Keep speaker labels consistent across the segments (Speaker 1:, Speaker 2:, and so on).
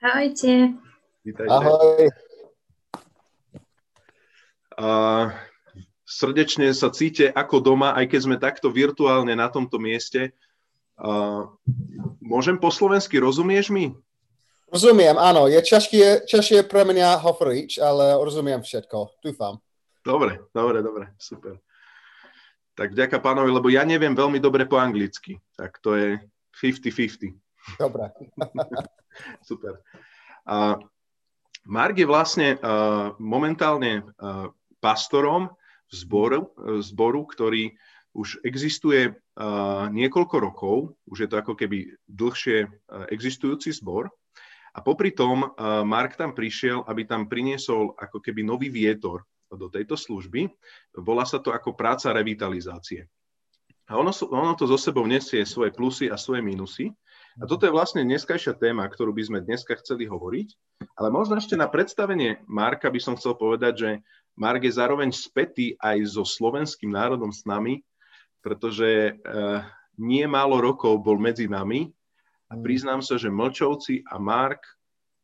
Speaker 1: Ahojte.
Speaker 2: Vítajte.
Speaker 3: Ahoj.
Speaker 2: A srdečne sa cíte ako doma, aj keď sme takto virtuálne na tomto mieste. A môžem po slovensky, rozumieš mi?
Speaker 3: Rozumiem, áno. Je ťažšie, ťažšie pre mňa hovoriť, ale rozumiem všetko. Dúfam.
Speaker 2: Dobre, dobre, dobre, super. Tak vďaka pánovi, lebo ja neviem veľmi dobre po anglicky. Tak to je 50-50.
Speaker 3: Dobre.
Speaker 2: Super. A Mark je vlastne uh, momentálne uh, pastorom v zboru, v zboru, ktorý už existuje uh, niekoľko rokov, už je to ako keby dlhšie uh, existujúci zbor. A popri tom uh, Mark tam prišiel, aby tam priniesol ako keby nový vietor do tejto služby. Volá sa to ako práca revitalizácie. A ono, so- ono to zo sebou nesie svoje plusy a svoje minusy. A toto je vlastne dneskajšia téma, ktorú by sme dneska chceli hovoriť. Ale možno ešte na predstavenie Marka by som chcel povedať, že Mark je zároveň spätý aj so slovenským národom s nami, pretože eh, nie málo rokov bol medzi nami a
Speaker 3: Mm.
Speaker 2: priznám sa, že Mlčovci a Mark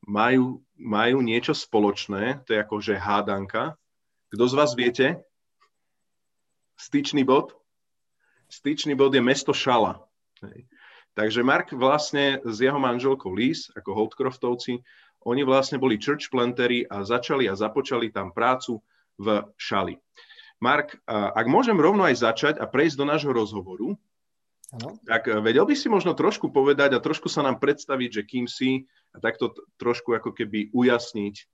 Speaker 2: majú, majú niečo spoločné, to je akože hádanka. Kto z vás viete? Styčný bod? Styčný bod je mesto Šala. Hej. Takže Mark vlastne s jeho manželkou Liz, ako Holdcroftovci, oni vlastne boli church plantery a začali a započali tam prácu v Šali. Mark, a- ak môžem rovno aj začať a prejsť do nášho rozhovoru,
Speaker 3: Áno.
Speaker 2: tak e, vedel by si možno trošku povedať a trošku sa nám predstaviť, že kým si a takto t- trošku ako keby ujasniť e,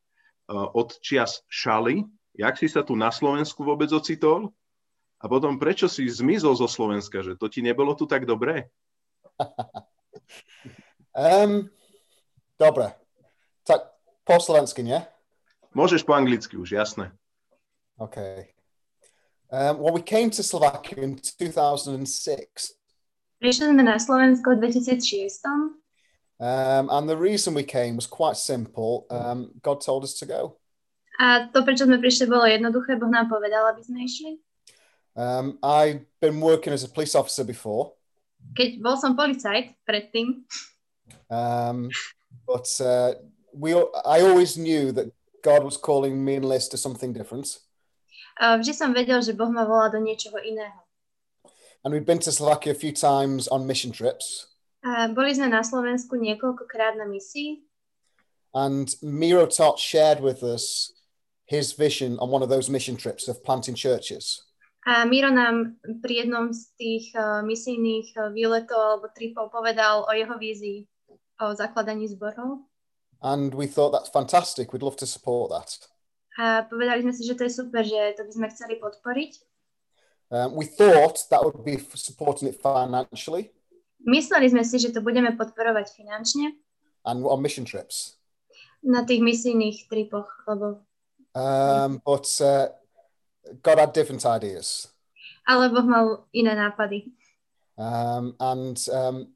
Speaker 2: od čias šaly, jak si sa tu na Slovensku vôbec ocitol a potom prečo si zmizol zo Slovenska, že to ti nebolo tu tak dobré?
Speaker 3: Um, dobre. Tak po slovensky, nie?
Speaker 2: Môžeš po anglicky už, jasné.
Speaker 3: Okay. Um, well, we came to Slovakia in 2006.
Speaker 1: Prišli sme na Slovensko v 2006.
Speaker 3: Um, and the reason we came was quite simple. Um, God told us to go.
Speaker 1: A to, prečo sme prišli, bolo jednoduché. Boh nám povedal, aby sme išli.
Speaker 3: Um, I'd been working as a police officer before,
Speaker 1: Keď bol som policajt predtým,
Speaker 3: um, but uh, we, I always knew that God was calling me and Liz to something different.
Speaker 1: a vždy som vedel, že Boh ma volá do niečoho iného.
Speaker 3: And we'd been to Slovakia a few times on mission trips.
Speaker 1: A boli sme na Slovensku niekoľkokrát na misii
Speaker 3: And Miro Tot shared with us his vision on one of those mission trips of planting churches.
Speaker 1: a Miro nám pri jednom z tých eh, misijných eh, výletov alebo tripov povedal o jeho vízii o zakladaní zborov.
Speaker 3: And we thought that's fantastic. We'd love to support that.
Speaker 1: A povedali sme si, že to je super, že to by sme chceli podporiť.
Speaker 3: Um, we thought that would be f- supporting it financially
Speaker 1: Mysleli sme si, že to budeme podporovať finančne
Speaker 3: and on mission trips.
Speaker 1: na tých misijných tripoch, lebo
Speaker 3: Um, but uh, God had different ideas.
Speaker 1: ale Boh mal iné nápady.
Speaker 3: Um, and um,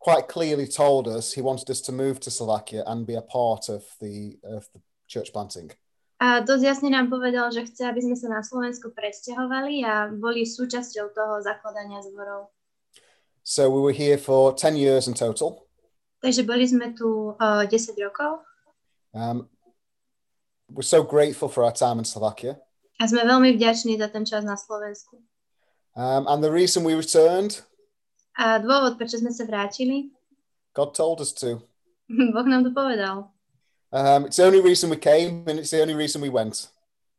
Speaker 3: quite clearly told us he wanted us to move to Slovakia and be a part of the, of the church planting.
Speaker 1: A dosť jasne nám povedal, že chce, aby sme sa na Slovensku presťahovali a boli súčasťou toho zakladania zborov.
Speaker 3: So we were here for 10 years in total.
Speaker 1: Takže boli sme tu uh, 10 rokov
Speaker 3: Um, we're so grateful for our time in Slovakia.
Speaker 1: a sme veľmi vďační za ten čas na Slovensku.
Speaker 3: Um, and the reason we returned,
Speaker 1: A dôvod, prečo sme sa vrátili,
Speaker 3: God told us to.
Speaker 1: Boh nám to povedal.
Speaker 3: Um, it's the only reason we came and it's the only reason we went.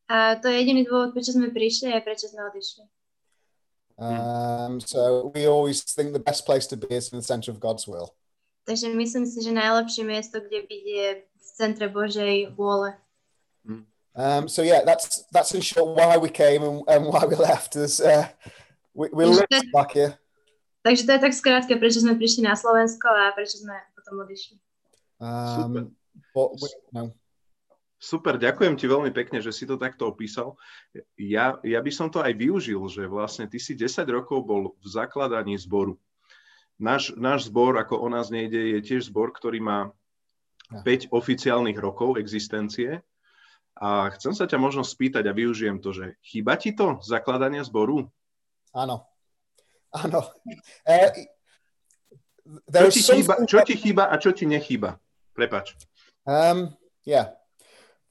Speaker 1: A to je jediný dôvod, prečo sme prišli a prečo sme odišli.
Speaker 3: Um, so we always think the best place to be is in the center of God's will.
Speaker 1: Takže myslím si, že najlepšie miesto, kde byť je v centre Božej vôle.
Speaker 3: Um, so yeah, that's that's in short why we came and, and why we left. Is uh, we, we lived in Slovakia.
Speaker 1: Takže to je tak skrátke, prečo sme prišli na Slovensko a prečo sme potom odišli.
Speaker 3: Um, but we, no.
Speaker 2: Super, ďakujem ti veľmi pekne, že si to takto opísal. Ja, ja by som to aj využil, že vlastne ty si 10 rokov bol v zakladaní zboru. Náš, náš zbor, ako o nás nejde, je tiež zbor, ktorý má
Speaker 3: Ja.
Speaker 2: 5 oficiálnych rokov existencie. A chcem sa ťa možno spýtať a využijem to, že chýba ti to zakladanie zboru?
Speaker 3: Áno. Áno. Uh,
Speaker 2: Čo
Speaker 3: there
Speaker 2: ti,
Speaker 3: is something
Speaker 2: chýba, čo ti chýba a čo ti nechýba? Prepač.
Speaker 3: Um, yeah.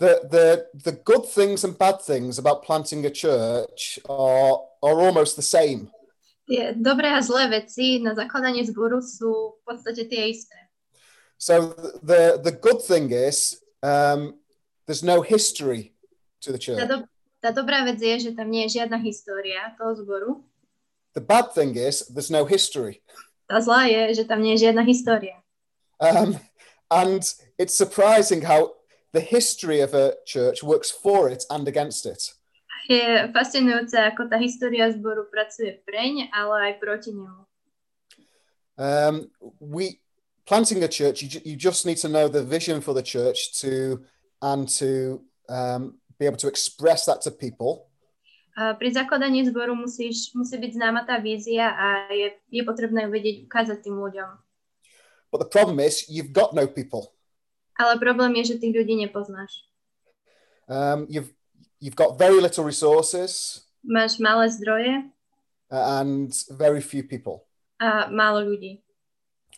Speaker 3: The, the, the good things and bad things about planting a church are, are almost the same.
Speaker 1: Tie dobré a zlé veci na zakladanie zboru sú v podstate tie isté.
Speaker 3: So the, the good thing is um, there's no history to the
Speaker 1: Tá,
Speaker 3: church.
Speaker 1: do, tá dobrá vec je, že tam nie je žiadna história toho zboru.
Speaker 3: The bad thing is there's no history.
Speaker 1: Tá zlá je, že tam nie je žiadna história.
Speaker 3: Um, and it's surprising how the history of a church works for it and against it.
Speaker 1: Je fascinujúce, ako tá história zboru pracuje preň, ale aj proti nemu.
Speaker 3: Um, we planting a church, you, ju- you just need to know the vision for the church to and to um, be able to express that to people.
Speaker 1: A Pri zakladaní zboru musíš, musí byť známa tá vízia a je, je potrebné ju vedieť ukázať tým ľuďom.
Speaker 3: But the problem is you've got no people.
Speaker 1: Ale problém je, že tých ľudí nepoznáš.
Speaker 3: Um, you've you've got very little resources uh,
Speaker 1: Máš malé zdroje
Speaker 3: and very few people,
Speaker 1: a málo ľudí.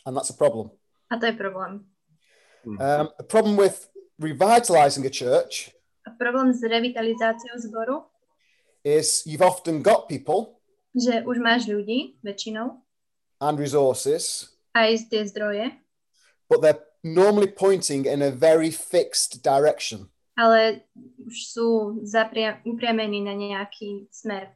Speaker 3: and that's a problem.
Speaker 1: A to je problém.
Speaker 2: Hm.
Speaker 3: Um, the problem with revitalizing a church
Speaker 1: A problém s revitalizáciou zboru,
Speaker 3: is you've often got people
Speaker 1: že už máš ľudí, väčšinou,
Speaker 3: and resources,
Speaker 1: aj tie zdroje,
Speaker 3: but they're normally pointing in a very fixed direction.
Speaker 1: ale už sú zapria- upriamení na nejaký smer.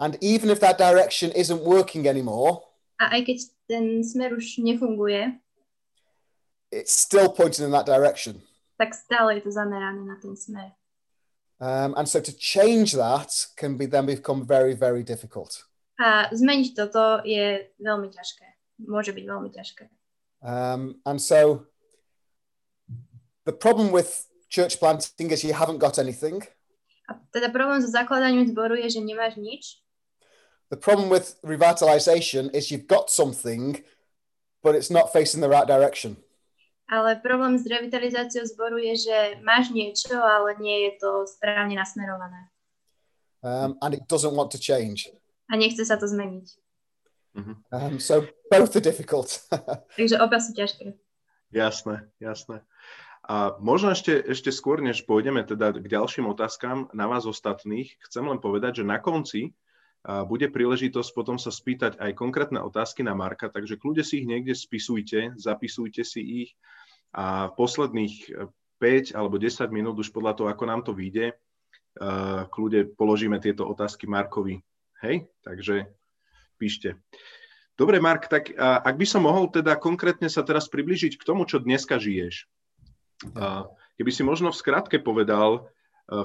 Speaker 3: And even if that direction isn't working anymore,
Speaker 1: A aj keď ten smer už nefunguje,
Speaker 3: it's still pointing in that direction.
Speaker 1: tak stále je to zamerané na ten smer.
Speaker 3: Um, and so to change that can be then become very, very difficult.
Speaker 1: A zmeniť toto je veľmi ťažké. Môže byť veľmi ťažké.
Speaker 3: Um, and so the problem with church planting is you haven't got anything.
Speaker 1: A teda problém so zakladaním zboru je, že nemáš nič.
Speaker 3: The problem with revitalization is you've got something, but it's not facing the right direction.
Speaker 1: Ale problém s revitalizáciou zboru je, že máš niečo, ale nie je to správne nasmerované.
Speaker 3: Um, and it doesn't want to change.
Speaker 1: A nechce sa to zmeniť.
Speaker 3: Um, so both are difficult.
Speaker 1: Takže oba sú ťažké.
Speaker 2: Jasné, jasné. A možno ešte, ešte skôr, než pôjdeme teda k ďalším otázkam na vás ostatných, chcem len povedať, že na konci a, bude príležitosť potom sa spýtať aj konkrétne otázky na Marka, takže kľude si ich niekde spisujte, zapisujte si ich a posledných eh, 5 alebo 10 minút, už podľa toho, ako nám to vyjde, eh, kľude položíme tieto otázky Markovi. Hej, takže píšte. Dobre, Mark, tak a, ak by som mohol teda konkrétne sa teraz priblížiť k tomu, čo dneska žiješ. A, keby si možno v skratke povedal, a,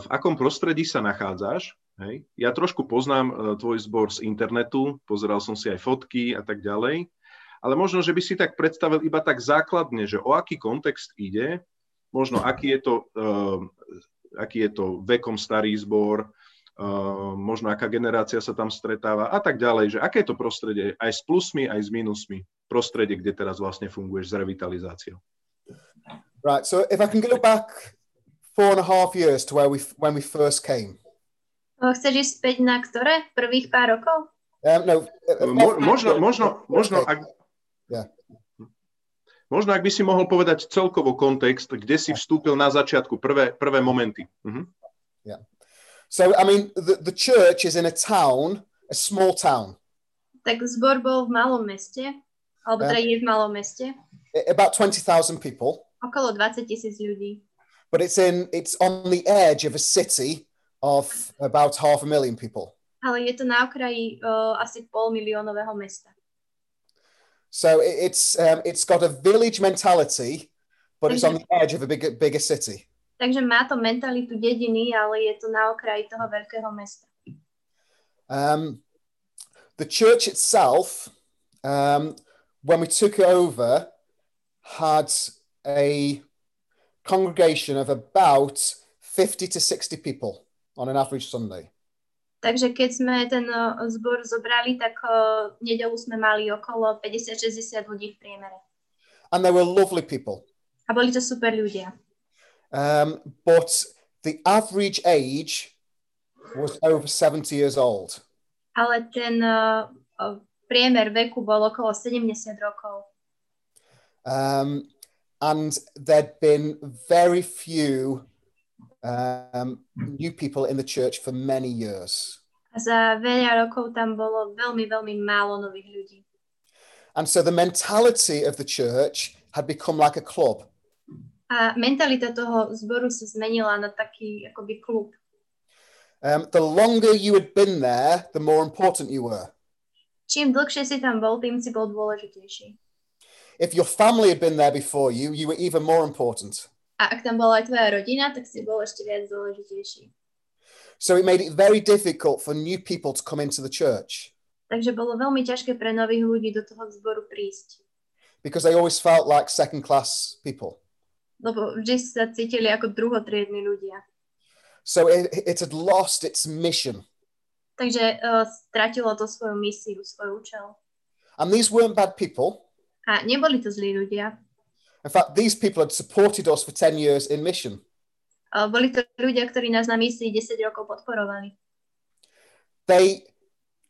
Speaker 2: v akom prostredí sa nachádzaš. Hej? Ja trošku poznám a, tvoj zbor z internetu, pozeral som si aj fotky a tak ďalej, ale možno, že by si tak predstavil iba tak základne, že o aký kontext ide, možno aký je to, ehm, aký je to vekom starý zbor, Uh, možno aká generácia sa tam stretáva a tak ďalej, že aké je to prostredie aj s plusmi, aj s mínusmi, prostredie, kde teraz vlastne funguješ s revitalizáciou.
Speaker 3: Right. So if I can go back four and a half years to where we when we first came.
Speaker 1: O, Chceš ísť späť na ktoré? Prvých pár rokov?
Speaker 3: Um, no. uh,
Speaker 2: Mo- možno, možno, možno, ak,
Speaker 3: Ja.
Speaker 2: možno ak by si mohol povedať celkovo kontext, kde si vstúpil na začiatku, prvé, prvé momenty. Mhm.
Speaker 3: So I mean, the, the church is in a town, a small town,
Speaker 1: Tak zbor bol v malom meste, alebo teda je v malom meste,
Speaker 3: i- about twenty thousand people,
Speaker 1: okolo 20 tisíc ľudí.
Speaker 3: but it's in it's on the edge of a city of about half a million people.
Speaker 1: Ale je to na okraji o, asi pol miliónového mesta.
Speaker 3: So it, it's um, it's got a village mentality, but it's on the edge of a bigger bigger city.
Speaker 1: Takže má to mentalitu dediny, ale je to na okraji toho veľkého mesta.
Speaker 3: Um, the church itself, um, when we took it over, had a congregation of about 50 to 60 people on an average Sunday.
Speaker 1: Takže keď sme ten o, zbor zobrali, tak o, nedelu sme mali okolo 50-60 ľudí v priemere.
Speaker 3: And they were lovely people.
Speaker 1: A boli to super ľudia.
Speaker 3: Um, but the average age was over 70 years old.
Speaker 1: Ale ten o, o, priemer veku bol okolo 70 rokov.
Speaker 3: Um, and there'd been very few um, new people in the church for many years.
Speaker 1: A za veľa rokov tam bolo veľmi, veľmi málo nových ľudí.
Speaker 3: And so the mentality of the church had become like a club.
Speaker 1: A mentalita toho zboru sa zmenila na taký akoby klub.
Speaker 3: Um, the longer you had been there, the more important you were.
Speaker 1: Čím dlhšie si tam bol, tým si bol dôležitejší.
Speaker 3: If your family had been there before you, you were even more important.
Speaker 1: A ak tam bola aj tvoja rodina, tak si bol ešte viac dôležitejší.
Speaker 3: So it made it very difficult for new people to come into the church
Speaker 1: Takže bolo veľmi ťažké pre nových ľudí do toho zboru prísť.
Speaker 3: because they always felt like second class people.
Speaker 1: Lebo vždy sa cítili ako druhotriedni ľudia.
Speaker 3: So it, it had lost its mission.
Speaker 1: Takže uh, stratilo to svoju misiu, svoj účel.
Speaker 3: And these weren't bad people.
Speaker 1: A neboli to zlí ľudia.
Speaker 3: In fact, these people had supported us for 10 years in mission.
Speaker 1: Uh, boli to ľudia, ktorí nás na misii 10 rokov podporovali.
Speaker 3: They,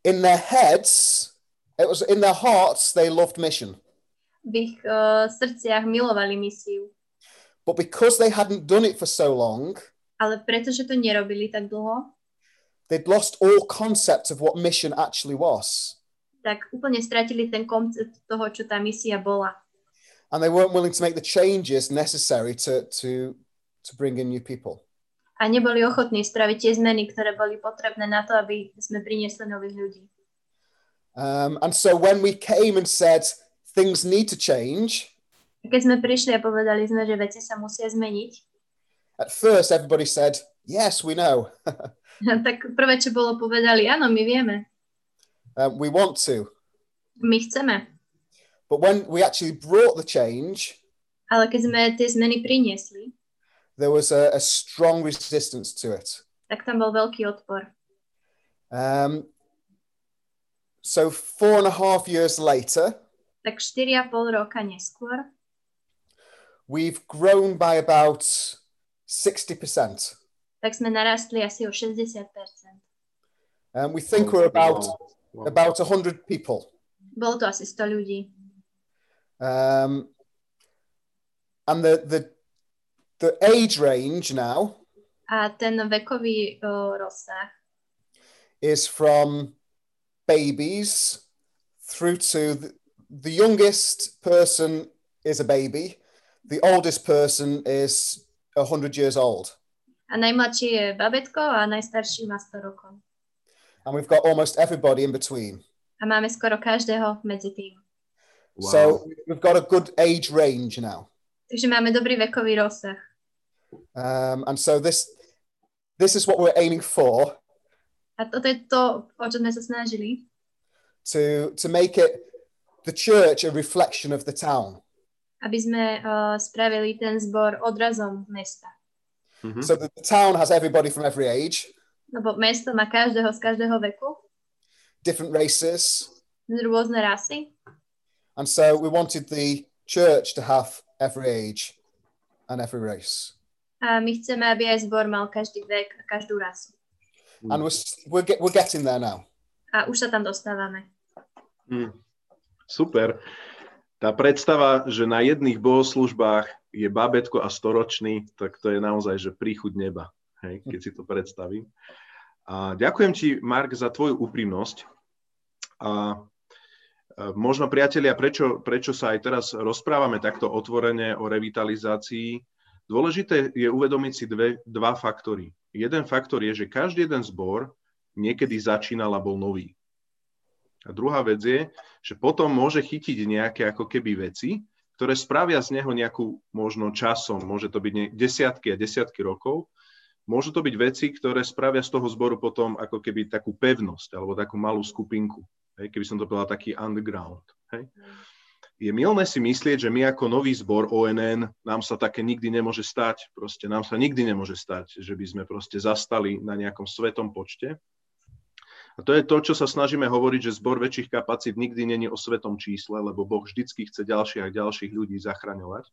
Speaker 3: in their heads, it was in their hearts, they loved mission.
Speaker 1: V ich uh, srdciach milovali misiu.
Speaker 3: But because they hadn't done it for so long,
Speaker 1: Ale pretože to nerobili tak dlho,
Speaker 3: they'd lost all concept of what mission actually was.
Speaker 1: tak úplne stratili ten koncept toho, čo tá misia bola.
Speaker 3: And they weren't willing to make the changes necessary to, to, to bring in new people.
Speaker 1: A neboli ochotní spraviť tie zmeny, ktoré boli potrebné na to, aby sme priniesli nových ľudí.
Speaker 3: Um, and so when we came and said, things need to change,
Speaker 1: Keď sme prišli a povedali sme, že veci sa musia zmeniť,
Speaker 3: at first everybody said, yes, we know,
Speaker 1: tak prvé, čo bolo, povedali, áno, my vieme,
Speaker 3: um, we want to.
Speaker 1: my chceme.
Speaker 3: But when we actually brought the change,
Speaker 1: Ale keď sme tie zmeny priniesli,
Speaker 3: there was a, a strong resistance to it.
Speaker 1: tak tam bol veľký odpor.
Speaker 3: Um, so four and a half years later,
Speaker 1: Tak 4,5 roka neskôr
Speaker 3: we've grown by about 60%.
Speaker 1: tak sme narastli asi o 60%.
Speaker 3: Um, we think we're about
Speaker 2: Wow.
Speaker 3: about 100 people.
Speaker 1: Bolo to asi 100 ľudí.
Speaker 3: Um, and the, the, the age range now
Speaker 1: A ten vekový o, rozsah
Speaker 3: is from babies through to the, the youngest person is a baby, the oldest person is 100 years old.
Speaker 1: a najmladší je babetko a najstarší má 100 rokov.
Speaker 3: And we've got almost everybody in between.
Speaker 1: A máme skoro každého medzi tým.
Speaker 2: Wow.
Speaker 3: So we've got a good age range now.
Speaker 1: Takže máme dobrý vekový rozsah.
Speaker 3: Um, and so this, this is what we're aiming for
Speaker 1: A toto je to, o čo sme sa snažili.
Speaker 3: to, to make it the church a reflection of the town.
Speaker 1: Aby sme o, spravili ten zbor odrazom mesta.
Speaker 2: Mhm.
Speaker 3: So the, the town has everybody from every age,
Speaker 1: Lebo mesto má každého z každého veku,
Speaker 3: different races,
Speaker 1: z rôzne rasy.
Speaker 3: and so we wanted the church to have every age and every race.
Speaker 1: A my chceme, aby aj zbor mal každý vek a každú rasu.
Speaker 2: Hmm.
Speaker 3: And we're s- we're, get, we're getting there now.
Speaker 1: A už sa tam dostávame.
Speaker 2: Mm. Super. Tá predstava, že na jedných bohoslužbách je babetko a storočný, tak to je naozaj, že príchud neba, hej, keď si to predstavím. A ďakujem ti, Mark, za tvoju úprimnosť. A e, možno, priatelia, prečo, prečo sa aj teraz rozprávame takto otvorene o revitalizácii? Dôležité je uvedomiť si dve, dva faktory. Jeden faktor je, že každý jeden zbor niekedy začínal a bol nový. A druhá vec je, že potom môže chytiť nejaké ako keby veci, ktoré spravia z neho nejakú možno časom, môže to byť nie- desiatky a desiatky rokov, môžu to byť veci, ktoré spravia z toho zboru potom ako keby takú pevnosť alebo takú malú skupinku. Hej, keby som to povedal taký underground. Hej. Je milné si myslieť, že my ako nový zbor ONN, nám sa také nikdy nemôže stať, proste nám sa nikdy nemôže stať, že by sme proste zastali na nejakom svetom počte. A to je to, čo sa snažíme hovoriť, že zbor väčších kapacít nikdy není o svetom čísle, lebo Boh vždycky chce ďalších a ďalších ľudí zachraňovať.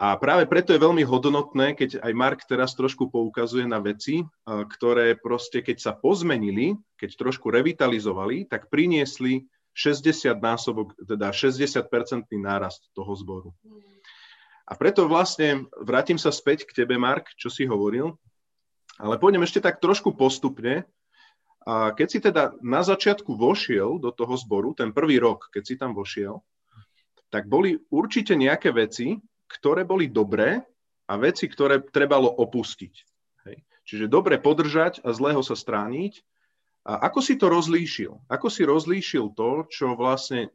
Speaker 2: A práve preto je veľmi hodnotné, keď aj Mark teraz trošku poukazuje na veci, eh, ktoré proste, keď sa pozmenili, keď trošku revitalizovali, tak priniesli 60 násobok, teda 60-percentný nárast toho zboru. A preto vlastne vrátim sa späť k tebe, Mark, čo si hovoril, ale pôjdem ešte tak trošku postupne. A keď si teda na začiatku vošiel do toho zboru, ten prvý rok, keď si tam vošiel, tak boli určite nejaké veci, ktoré boli dobré a veci, ktoré trebalo opustiť. Hej. Čiže dobre podržať a zlého sa strániť. A ako si to rozlíšil? Ako si rozlíšil to, čo vlastne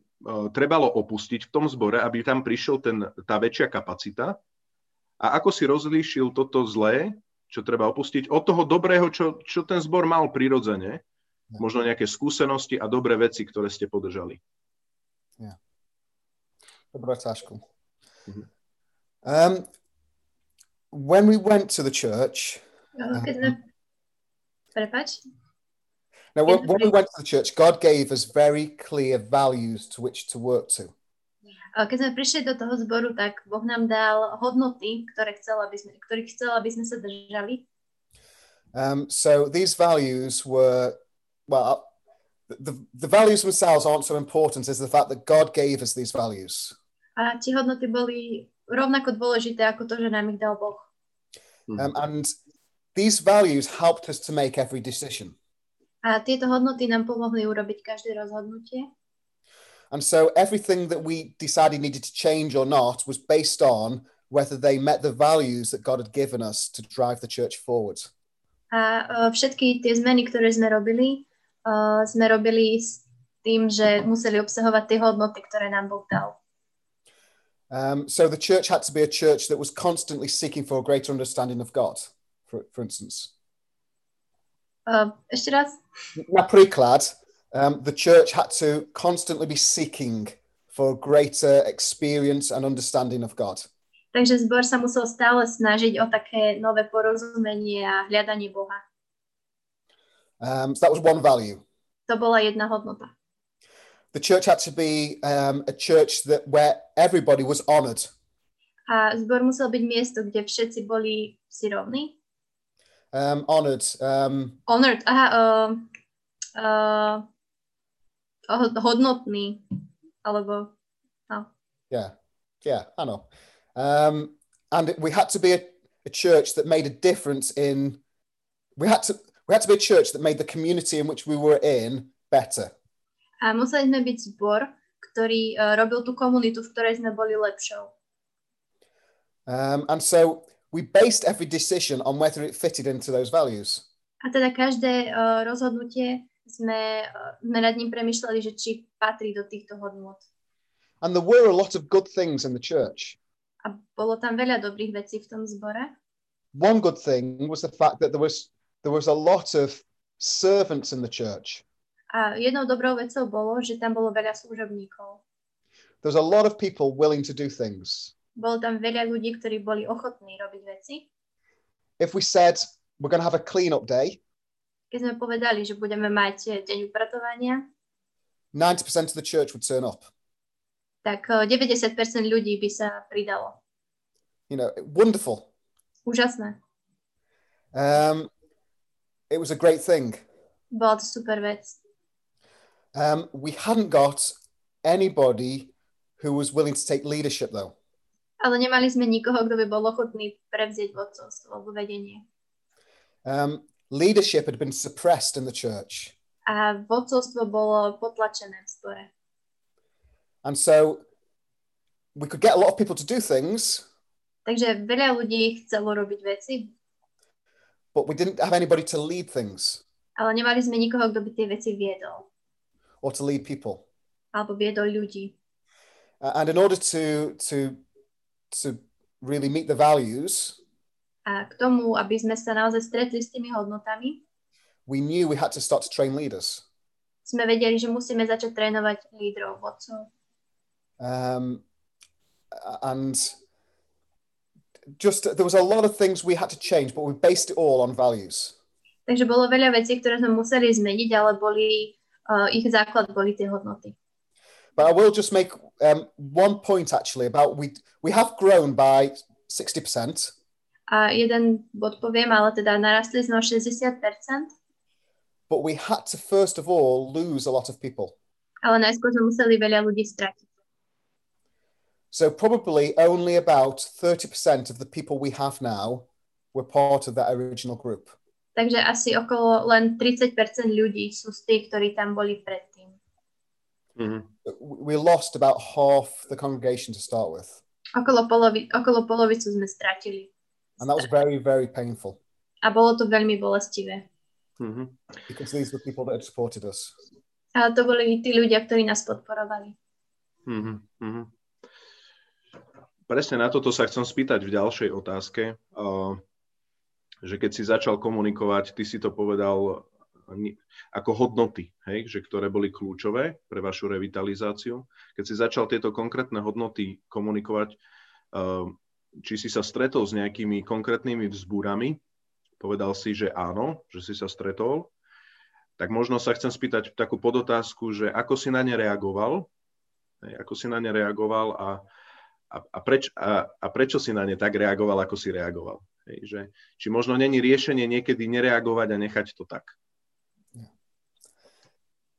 Speaker 2: trebalo opustiť v tom zbore, aby tam prišiel ten, tá väčšia kapacita? A ako si rozlíšil toto zlé, čo treba opustiť, od toho dobrého, čo, čo ten zbor mal prirodzene? Možno nejaké skúsenosti a dobré veci, ktoré ste podržali.
Speaker 3: Yeah. Dobrá otázka. Mm-hmm. Um, when we went to the church...
Speaker 1: No, keď na... Prepač,
Speaker 3: Now, when, when, we went to the church, God gave us very clear values to which to work to.
Speaker 1: Keď sme prišli do toho zboru, tak Boh nám dal hodnoty, ktoré chcel, aby sme, ktorých chcel, aby sme sa držali.
Speaker 3: Um, so these values were, well, uh, the, the values themselves aren't so important as the fact that God gave us these values.
Speaker 1: A tie hodnoty boli rovnako dôležité ako to, že nám ich dal Boh.
Speaker 3: Um, and these values helped us to make every decision.
Speaker 1: A tieto hodnoty nám pomohli urobiť každé rozhodnutie.
Speaker 3: And so everything that we decided needed to change or not was based on whether they met the values that God had given us to drive the church forward.
Speaker 1: A uh, všetky tie zmeny, ktoré sme robili, uh, sme robili s tým, že museli obsahovať tie hodnoty, ktoré nám Boh dal.
Speaker 3: Um, so the church had to be a church that was constantly seeking for a greater understanding of God, for, for instance.
Speaker 1: Uh, ešte raz?
Speaker 3: Napríklad, um, the church had to constantly be seeking for greater experience and understanding of God.
Speaker 1: Takže zbor sa musel stále snažiť o také nové porozumenie a hľadanie Boha.
Speaker 3: Um, so that was one value.
Speaker 1: To bola jedna hodnota.
Speaker 3: The church had to be um, a church that where everybody was honored.
Speaker 1: A zbor musel byť miesto, kde všetci boli si rovní.
Speaker 3: Um, honored. Um,
Speaker 1: honored. Aha, eh, uh, uh, hodnotný. Alebo, no.
Speaker 3: Yeah, yeah, I know. Um, and it, we had to be a, a, church that made a difference in. We had to we had to be a church that made the community in which we were in better.
Speaker 1: A museli sme byť zbor, ktorý uh, robil tú komunitu, v ktorej sme boli lepšou.
Speaker 3: Um, and so we based every decision on whether it fitted into those values.
Speaker 1: A teda každé uh, rozhodnutie sme, uh, sme nad ním premyšľali, že či patrí do týchto hodnot.
Speaker 3: And there were a lot of good things in the church.
Speaker 1: A bolo tam veľa dobrých vecí v tom zbore.
Speaker 3: One good thing was the fact that there was there was a lot of servants in the church.
Speaker 1: A jednou dobrou vecou bolo, že tam bolo veľa služobníkov.
Speaker 3: There was a lot of people willing to do things.
Speaker 1: Bolo tam veľa ľudí, ktorí boli ochotní robiť veci.
Speaker 3: If we said we're going to have a clean up day,
Speaker 1: keď sme povedali, že budeme mať eh, deň upratovania,
Speaker 3: 90% of the church would turn up.
Speaker 1: Tak 90% ľudí by sa pridalo.
Speaker 3: You know, wonderful.
Speaker 1: Úžasné.
Speaker 3: Um, it was a great thing.
Speaker 1: Bola to super vec.
Speaker 3: Um, we hadn't got anybody who was willing to take leadership though.
Speaker 1: ale nemali sme nikoho, kto by bol ochotný prevzieť vodcovstvo alebo vedenie.
Speaker 3: Um, leadership had been suppressed in the church.
Speaker 1: A vodcovstvo bolo potlačené v zbore.
Speaker 3: And so we could get a lot of people to do things.
Speaker 1: Takže veľa ľudí chcelo robiť veci.
Speaker 3: But we didn't have anybody to lead things.
Speaker 1: Ale nemali sme nikoho, kto by tie veci viedol.
Speaker 3: Or to lead people.
Speaker 1: Alebo viedol ľudí.
Speaker 3: Uh, and in order to, to to really meet the values.
Speaker 1: A k tomu, aby sme sa naozaj stretli s tými hodnotami.
Speaker 3: We knew we had to start to train leaders.
Speaker 1: Sme vedeli, že musíme začať trénovať lídrov, vodcov.
Speaker 3: Um, and just there was a lot of things we had to change, but we based it all on values.
Speaker 1: Takže bolo veľa vecí, ktoré sme museli zmeniť, ale boli, uh, ich základ boli tie hodnoty.
Speaker 3: But I will just make um, one point actually about we we have grown by 60%.
Speaker 1: A jeden bod poviem, ale teda narastli sme o 60%.
Speaker 3: But we had to first of all lose a lot of people.
Speaker 1: Ale najskôr sme museli veľa ľudí stratiť.
Speaker 3: So probably only about 30% of the people we have now were part of that original group.
Speaker 1: Takže asi okolo len 30% ľudí sú z tých, ktorí tam boli predtým.
Speaker 2: Mhm.
Speaker 3: But We lost about half the congregation to start with.
Speaker 1: Okolo, polovi, okolo polovicu sme stratili.
Speaker 3: And that was very, very painful
Speaker 1: A bolo to veľmi bolestivé.
Speaker 2: Mhm.
Speaker 3: because these were people that had supported us.
Speaker 1: A to boli tí ľudia, ktorí nás podporovali.
Speaker 2: Mhm, mhm. Presne na toto sa chcem spýtať v ďalšej otázke, eh, že keď si začal komunikovať, ty si to povedal ni- ako hodnoty, hej, že ktoré boli kľúčové pre vašu revitalizáciu. Keď si začal tieto konkrétne hodnoty komunikovať, eh, či si sa stretol s nejakými konkrétnymi vzbúrami, povedal si, že áno, že si sa stretol, tak možno sa chcem spýtať takú podotázku, že ako si na ne reagoval, Hej, ako si na ne reagoval a, a, a, preč, a, a prečo si na ne tak reagoval, ako si reagoval. Hej, že, či možno není riešenie niekedy nereagovať a nechať to tak.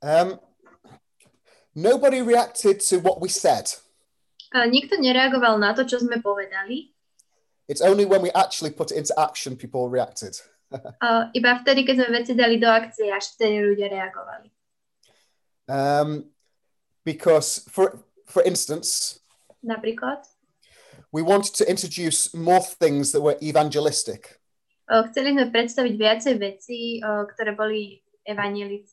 Speaker 3: Um, nobody reacted to what we said.
Speaker 1: A nikto nereagoval na to, čo sme povedali.
Speaker 3: It's only when we actually put it into action people reacted.
Speaker 1: A iba vtedy, keď sme veci dali do akcie, až vtedy ľudia reagovali.
Speaker 3: Um, because, for, for instance,
Speaker 1: Napríklad e,
Speaker 3: we wanted to introduce more things that were evangelistic.
Speaker 1: O, Chceli sme predstaviť viacej veci, o, ktoré boli evanieli-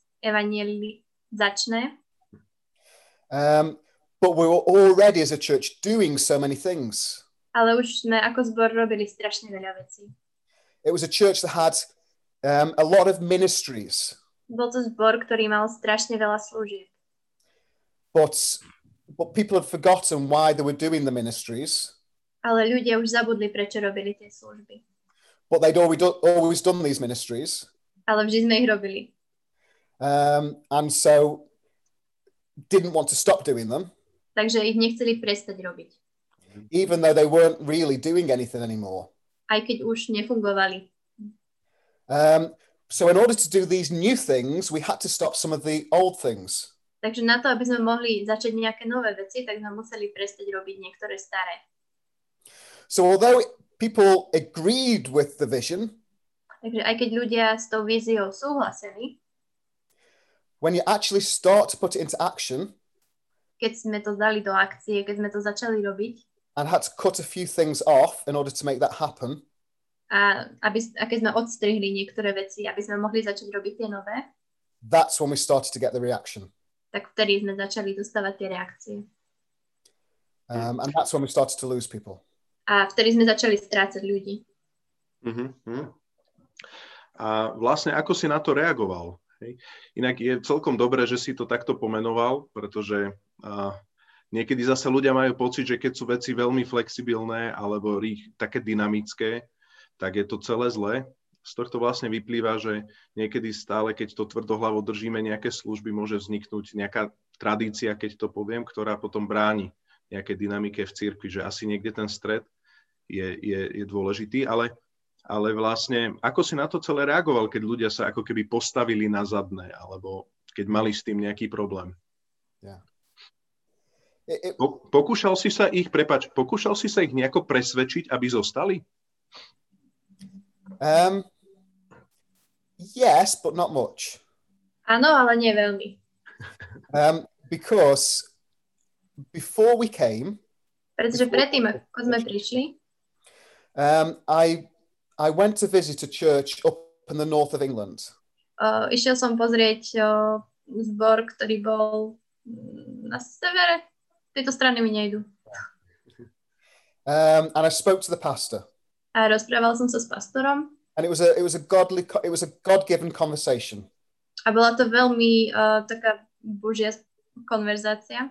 Speaker 1: evangelizačné,
Speaker 3: Um, but we were already, as a church, doing so many things.
Speaker 1: ale už sme ako zbor robili strašne veľa vecí.
Speaker 3: It was a church that had um, a lot of ministries,
Speaker 1: Bol to zbor, ktorý mal strašne veľa služieb,
Speaker 3: but, but people had forgotten why they were doing the ministries,
Speaker 1: ale ľudia už zabudli, prečo robili tie služby.
Speaker 3: but they'd always, do, always done these ministries.
Speaker 1: Ale vždy sme ich robili.
Speaker 3: Um, and so didn't want to stop doing them,
Speaker 1: Takže ich nechceli prestať robiť,
Speaker 3: even though they weren't really doing anything anymore.
Speaker 1: aj keď už nefungovali.
Speaker 3: Um, so, in order to do these new things, we had to stop some of the old things.
Speaker 1: Takže na to, aby sme mohli začať nejaké nové veci, tak sme museli prestať robiť niektoré staré.
Speaker 3: So, although people agreed with the vision,
Speaker 1: Takže aj keď ľudia s tou víziou súhlasili,
Speaker 3: when you actually start to put it into action
Speaker 1: keď sme to dali do akcie, keď sme to začali robiť,
Speaker 3: and had to cut a few things off in order to make that happen,
Speaker 1: a, aby, a keď sme odstrihli niektoré veci, aby sme mohli začať robiť tie nové,
Speaker 3: that's when we started to get the reaction.
Speaker 1: tak vtedy sme začali dostávať tie reakcie.
Speaker 3: Um, and that's when we started to lose people.
Speaker 1: A vtedy sme začali strácať ľudí.
Speaker 2: Mhm, mhm. A vlastne ako si na to reagoval? Hej. Inak je celkom dobré, že si to takto pomenoval, pretože a, niekedy zase ľudia majú pocit, že keď sú veci veľmi flexibilné alebo rých, také dynamické, tak je to celé zlé. Z tohto vlastne vyplýva, že niekedy stále, keď to tvrdohlavo držíme nejaké služby, môže vzniknúť nejaká tradícia, keď to poviem, ktorá potom bráni nejaké dynamike v cirkvi, že asi niekde ten stred je, je, je dôležitý, ale ale vlastne ako si na to celé reagoval, keď ľudia sa ako keby postavili na zadné, alebo keď mali s tým nejaký problém?
Speaker 3: It, it,
Speaker 2: Po, pokúšal si sa ich, prepač, pokúšal si sa ich nejako presvedčiť, aby zostali?
Speaker 3: um, yes, but not much.
Speaker 1: Áno, ale nie veľmi.
Speaker 3: Um, because before we came,
Speaker 1: Pretože predtým, ako sme prišli,
Speaker 3: um, I, I went to visit a church up in the north of England.
Speaker 1: o, išiel som pozrieť o, zbor, ktorý bol mm, na severe. Tieto strany mi nejdu.
Speaker 3: Um, and I spoke to the pastor.
Speaker 1: A rozprával som sa s pastorom
Speaker 3: And it was a it was a godly co- it was a God given conversation.
Speaker 1: a bola to veľmi o, taká božia konverzácia.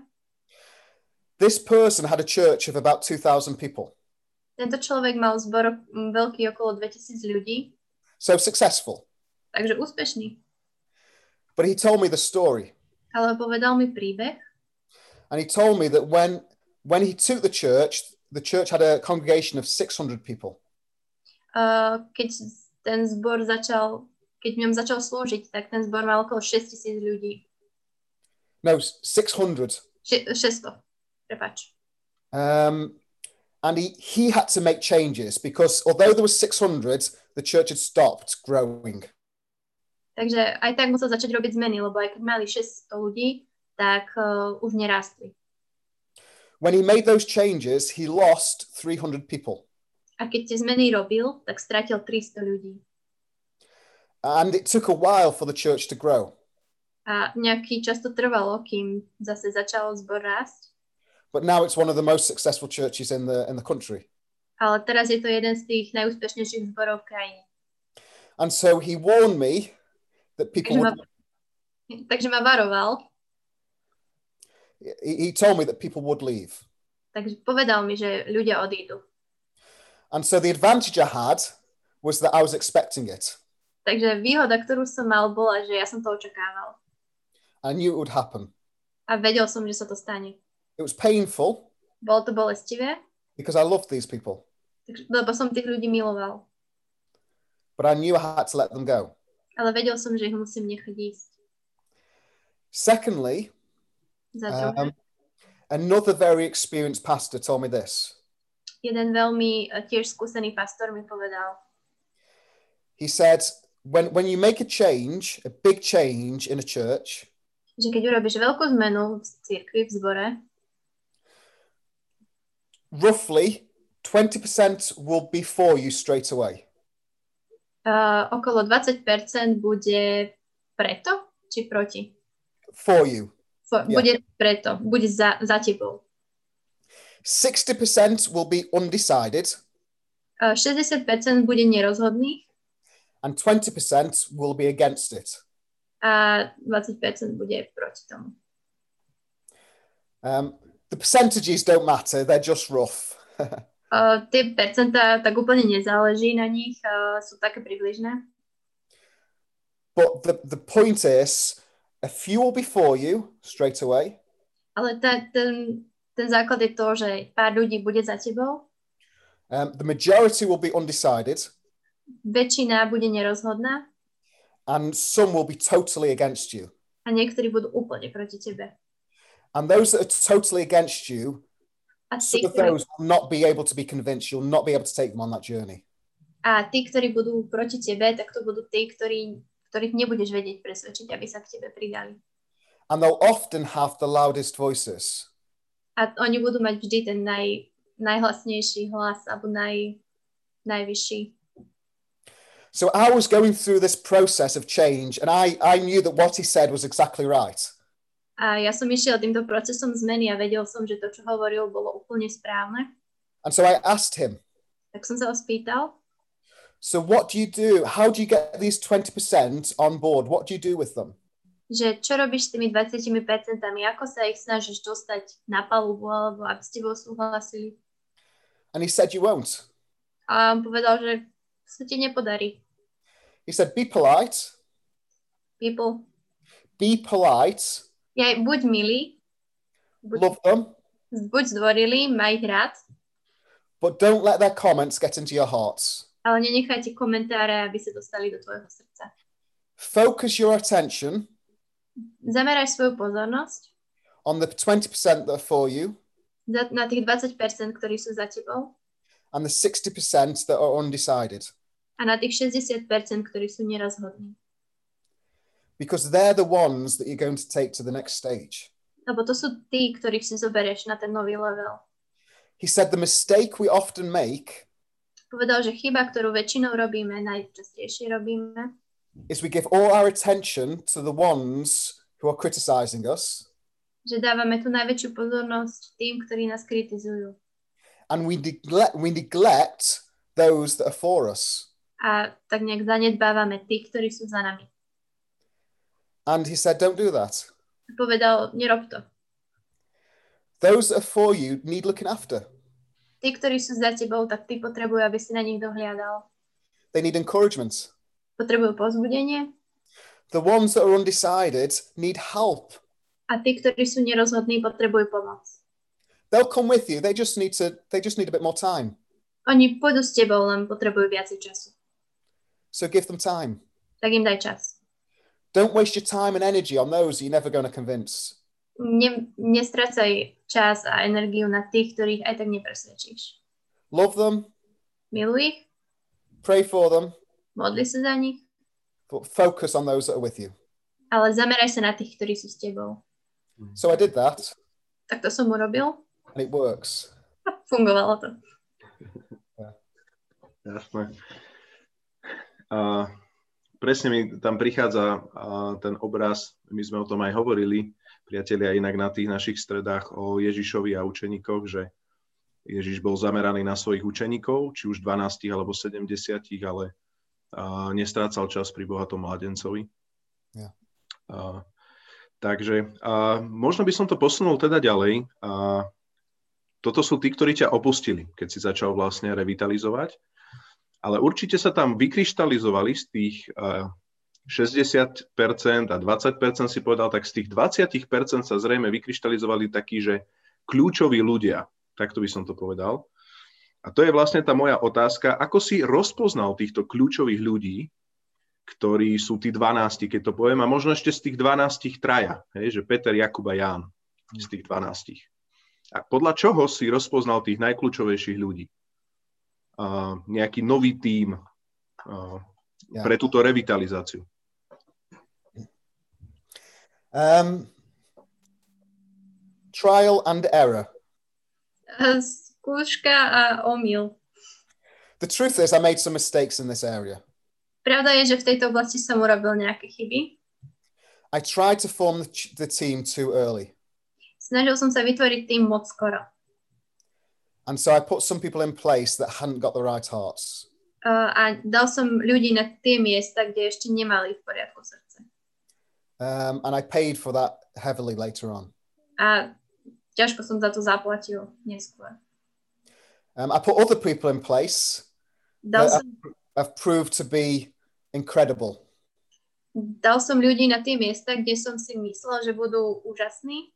Speaker 3: This person had a church of about two thousand people,
Speaker 1: Tento človek mal zbor mm, veľký okolo 2000 ľudí,
Speaker 3: so successful.
Speaker 1: takže úspešný.
Speaker 3: But he told me the story,
Speaker 1: Ale povedal mi príbeh E,
Speaker 3: and he told me that when when he took the church, the church had a congregation of six hundred people,
Speaker 1: Uh, keď ten zbor začal, keď v ňom začal slúžiť, tak ten zbor mal okolo 6 tisíc ľudí.
Speaker 3: no six hundred,
Speaker 1: Še- 600, prepáč.
Speaker 3: Um, and he, he had to make changes because although there was 600, the church had stopped growing.
Speaker 1: Takže aj tak musel začať robiť zmeny, lebo aj keď mali 600 ľudí, tak uh, už nerastli.
Speaker 3: When he made those changes, he lost 300 people.
Speaker 1: A keď tie zmeny robil, tak stratil 300 ľudí.
Speaker 3: And it took a while for the church to grow.
Speaker 1: A nejaký čas to trvalo, kým zase začal zbor rásť.
Speaker 3: But now it's one of the most successful churches in the, in the country.
Speaker 1: Ale teraz je to jeden z tých najúspešnejších zborov v krajine.
Speaker 3: And so he warned me that
Speaker 1: Takže
Speaker 3: people
Speaker 1: ma,
Speaker 3: would,
Speaker 1: takže ma varoval,
Speaker 3: he he told me that people would leave.
Speaker 1: takže povedal mi, že ľudia odídu.
Speaker 3: And so the advantage I had was that I was expecting it.
Speaker 1: Takže výhoda, ktorú som mal, bola, že ja som to očakával.
Speaker 3: I knew it would happen.
Speaker 1: A vedel som, že sa to stane.
Speaker 3: It was painful
Speaker 1: Bolo to bolestivé,
Speaker 3: because I loved these people,
Speaker 1: takže- lebo som tých ľudí miloval.
Speaker 3: but I knew I had to let them go.
Speaker 1: Ale vedel som, že ich musím nechať ísť.
Speaker 3: Secondly,
Speaker 1: Za druhé,
Speaker 3: um, another very experienced pastor told me this.
Speaker 1: jeden veľmi eh, tiež skúsený pastor mi povedal,
Speaker 3: He said, when, when you make a change, a big change in a church,
Speaker 1: že keď urobíš veľkú zmenu v cirkvi, v zbore,
Speaker 3: roughly 20% will be for you straight away.
Speaker 1: eh, okolo 20% bude preto či proti?
Speaker 3: For you.
Speaker 1: For,
Speaker 3: Ja.
Speaker 1: Bude preto, bude za, za tebou.
Speaker 3: 60% will be undecided,
Speaker 1: Eh, 60% bude nerozhodných
Speaker 3: and 20% will be against it.
Speaker 1: a 20% bude proti tomu.
Speaker 3: Um, the percentages don't matter, they're just rough.
Speaker 1: Uh, tie percentá tak úplne nezáleží na nich, uh, sú také približné.
Speaker 3: But the, the point is, a few will be for you straight away,
Speaker 1: Ale tá, ten, ten základ je to, že pár ľudí bude za tebou,
Speaker 3: um, the majority will be undecided,
Speaker 1: väčšina bude nerozhodná
Speaker 3: and some will be totally against you.
Speaker 1: a niektorí budú úplne proti tebe.
Speaker 3: And those that are totally against you,
Speaker 1: A tí,
Speaker 3: some of
Speaker 1: ktorí,
Speaker 3: those will not be able to be convinced. You'll not be able to take them on that journey.
Speaker 1: a tí, ktorí budú proti tebe, tak to budú tí, ktorí, ktorých nebudeš vedieť presvedčiť, aby sa k tebe pridali.
Speaker 3: And they'll often have the loudest voices.
Speaker 1: A oni budú mať vždy ten naj, najhlasnejší hlas alebo naj, najvyšší.
Speaker 3: So I was going through this process of change, and I, I knew that what he said was exactly right.
Speaker 1: A ja som išiel týmto procesom zmeny a vedel som, že to, čo hovoril, bolo úplne správne.
Speaker 3: And so I asked him,
Speaker 1: Tak som sa ho spýtal,
Speaker 3: So what do you do? How do you get these 20% on board? What do you do with them?
Speaker 1: že čo robíš s tými 20%, ako sa ich snažíš dostať na palubu, alebo aby s tebou súhlasili.
Speaker 3: And he said, You won't.
Speaker 1: A on povedal, že sa ti nepodarí.
Speaker 3: He said, Be polite,
Speaker 1: People,
Speaker 3: be polite,
Speaker 1: ja buď milý, buď,
Speaker 3: love them,
Speaker 1: buď zdvorilý, maj ich rád,
Speaker 3: but don't let their comments get into your hearts.
Speaker 1: ale nenechajte komentáre, aby sa dostali do tvojho srdca.
Speaker 3: Focus your attention
Speaker 1: Zameraj svoju pozornosť
Speaker 3: on the 20% that are for you
Speaker 1: za- na tých 20%, ktorí sú za tebou
Speaker 3: and the 60% that are undecided,
Speaker 1: a na tých 60%, ktorí sú nerozhodní.
Speaker 3: because they're the ones that you're going to take to the next stage.
Speaker 1: Lebo to sú tí, ktorých si zoberieš na ten nový level.
Speaker 3: He said, The mistake we often make
Speaker 1: Povedal, že chyba, ktorú väčšinou robíme, najčastejšie robíme,
Speaker 3: is we give all our attention to the ones who are criticizing us
Speaker 1: že dávame tu najväčšiu pozornosť tým, ktorí nás kritizujú.
Speaker 3: and we neglect, we neglect those that are for us.
Speaker 1: A tak nejak zanedbávame tých, ktorí sú za nami.
Speaker 3: And he said, Don't do that.
Speaker 1: Povedal, nerob to.
Speaker 3: Those that are for you need looking after.
Speaker 1: Tí, ktorí sú za tebou, tak ty potrebujú, aby si na nich dohliadal.
Speaker 3: They need encouragement.
Speaker 1: Potrebujú pozbudenie
Speaker 3: The ones that are undecided need help.
Speaker 1: a tí, ktorí sú nerozhodní, potrebujú pomoc.
Speaker 3: They'll come with you. They just need to they just need a bit more time.
Speaker 1: Oni pôjdu s tebou, len potrebujú viacej času.
Speaker 3: So give them time.
Speaker 1: Tak im daj čas.
Speaker 3: Don't waste your time and energy on those you're never going to convince.
Speaker 1: ne, nestracaj čas a energiu na tých, ktorých aj tak nepresvedčíš.
Speaker 3: Love them,
Speaker 1: Miluj ich,
Speaker 3: pray for them,
Speaker 1: modli sa za nich,
Speaker 3: but focus on those that are with you.
Speaker 1: ale zameraj sa na tých, ktorí sú s tebou.
Speaker 3: So I did that,
Speaker 1: Tak to som urobil
Speaker 3: and it works.
Speaker 1: a fungovalo to.
Speaker 2: Jasné. A presne mi tam prichádza a, ten obraz, my sme o tom aj hovorili, priatelia, inak na tých našich stredách o Ježišovi a učeníkoch, že Ježiš bol zameraný na svojich učeníkov, či už 12 alebo 70, ale a, nestrácal čas pri bohatom mladencovi.
Speaker 3: Ja.
Speaker 2: A, takže a, možno by som to posunul teda ďalej. A, toto sú tí, ktorí ťa opustili, keď si začal vlastne revitalizovať ale určite sa tam vykryštalizovali z tých eh, 60% a 20% si povedal, tak z tých 20% sa zrejme vykryštalizovali takí, že kľúčoví ľudia, takto by som to povedal. A to je vlastne tá moja otázka, ako si rozpoznal týchto kľúčových ľudí, ktorí sú tí 12, keď to poviem, a možno ešte z tých 12 traja, hej, že Peter, Jakub a Ján z tých 12. A podľa čoho si rozpoznal tých najkľúčovejších ľudí? a nejaký nový tím a,
Speaker 3: Ja.
Speaker 2: pre túto revitalizáciu.
Speaker 3: Um, trial and error.
Speaker 1: A skúška a omyl.
Speaker 3: The truth is, I made some mistakes in this area.
Speaker 1: Pravda je, že v tejto oblasti som urobil nejaké chyby.
Speaker 3: I tried to form the, ch- the team too early.
Speaker 1: Snažil som sa vytvoriť tým moc skoro.
Speaker 3: And so I put some people in place that hadn't got the right hearts.
Speaker 1: Uh, a dal som ľudí na tie miesta, kde ešte nemali v poriadku srdce.
Speaker 3: Um, and I paid for that heavily later on.
Speaker 1: A ťažko som za to zaplatil neskôr.
Speaker 3: Um, I put other people in place
Speaker 1: Dal,
Speaker 3: No, a-
Speaker 1: som,
Speaker 3: have proved to be incredible.
Speaker 1: dal som ľudí na tie miesta, kde som si myslel, že budú úžasní.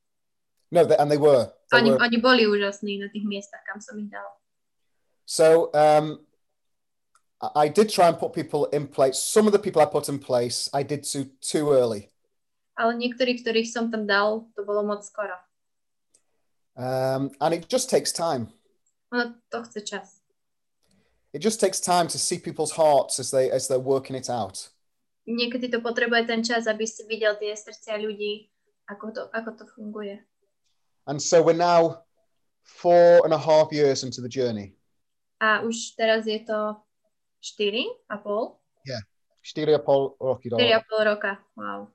Speaker 3: No, they, and they were. They
Speaker 1: Oni,
Speaker 3: were.
Speaker 1: oni boli úžasní na tých miestach, kam som ich dal.
Speaker 3: So um, I- I did try and put people in place. Some of the people I put in place, I did too too early.
Speaker 1: Ale niektorých, ktorých som tam dal, to bolo moc skoro.
Speaker 3: Um, and it just takes time.
Speaker 1: Ono to chce čas.
Speaker 3: It just takes time to see people's hearts as they as they're working it out.
Speaker 1: Niekedy to potrebuje ten čas, aby si videl tie srdcia ľudí, ako to, ako to funguje.
Speaker 3: And so we're now four and a half years into the journey.
Speaker 1: A už teraz je to 4 a pol,
Speaker 3: Stereopol- Rocky Dog.
Speaker 1: 4 a pol roka. Wow.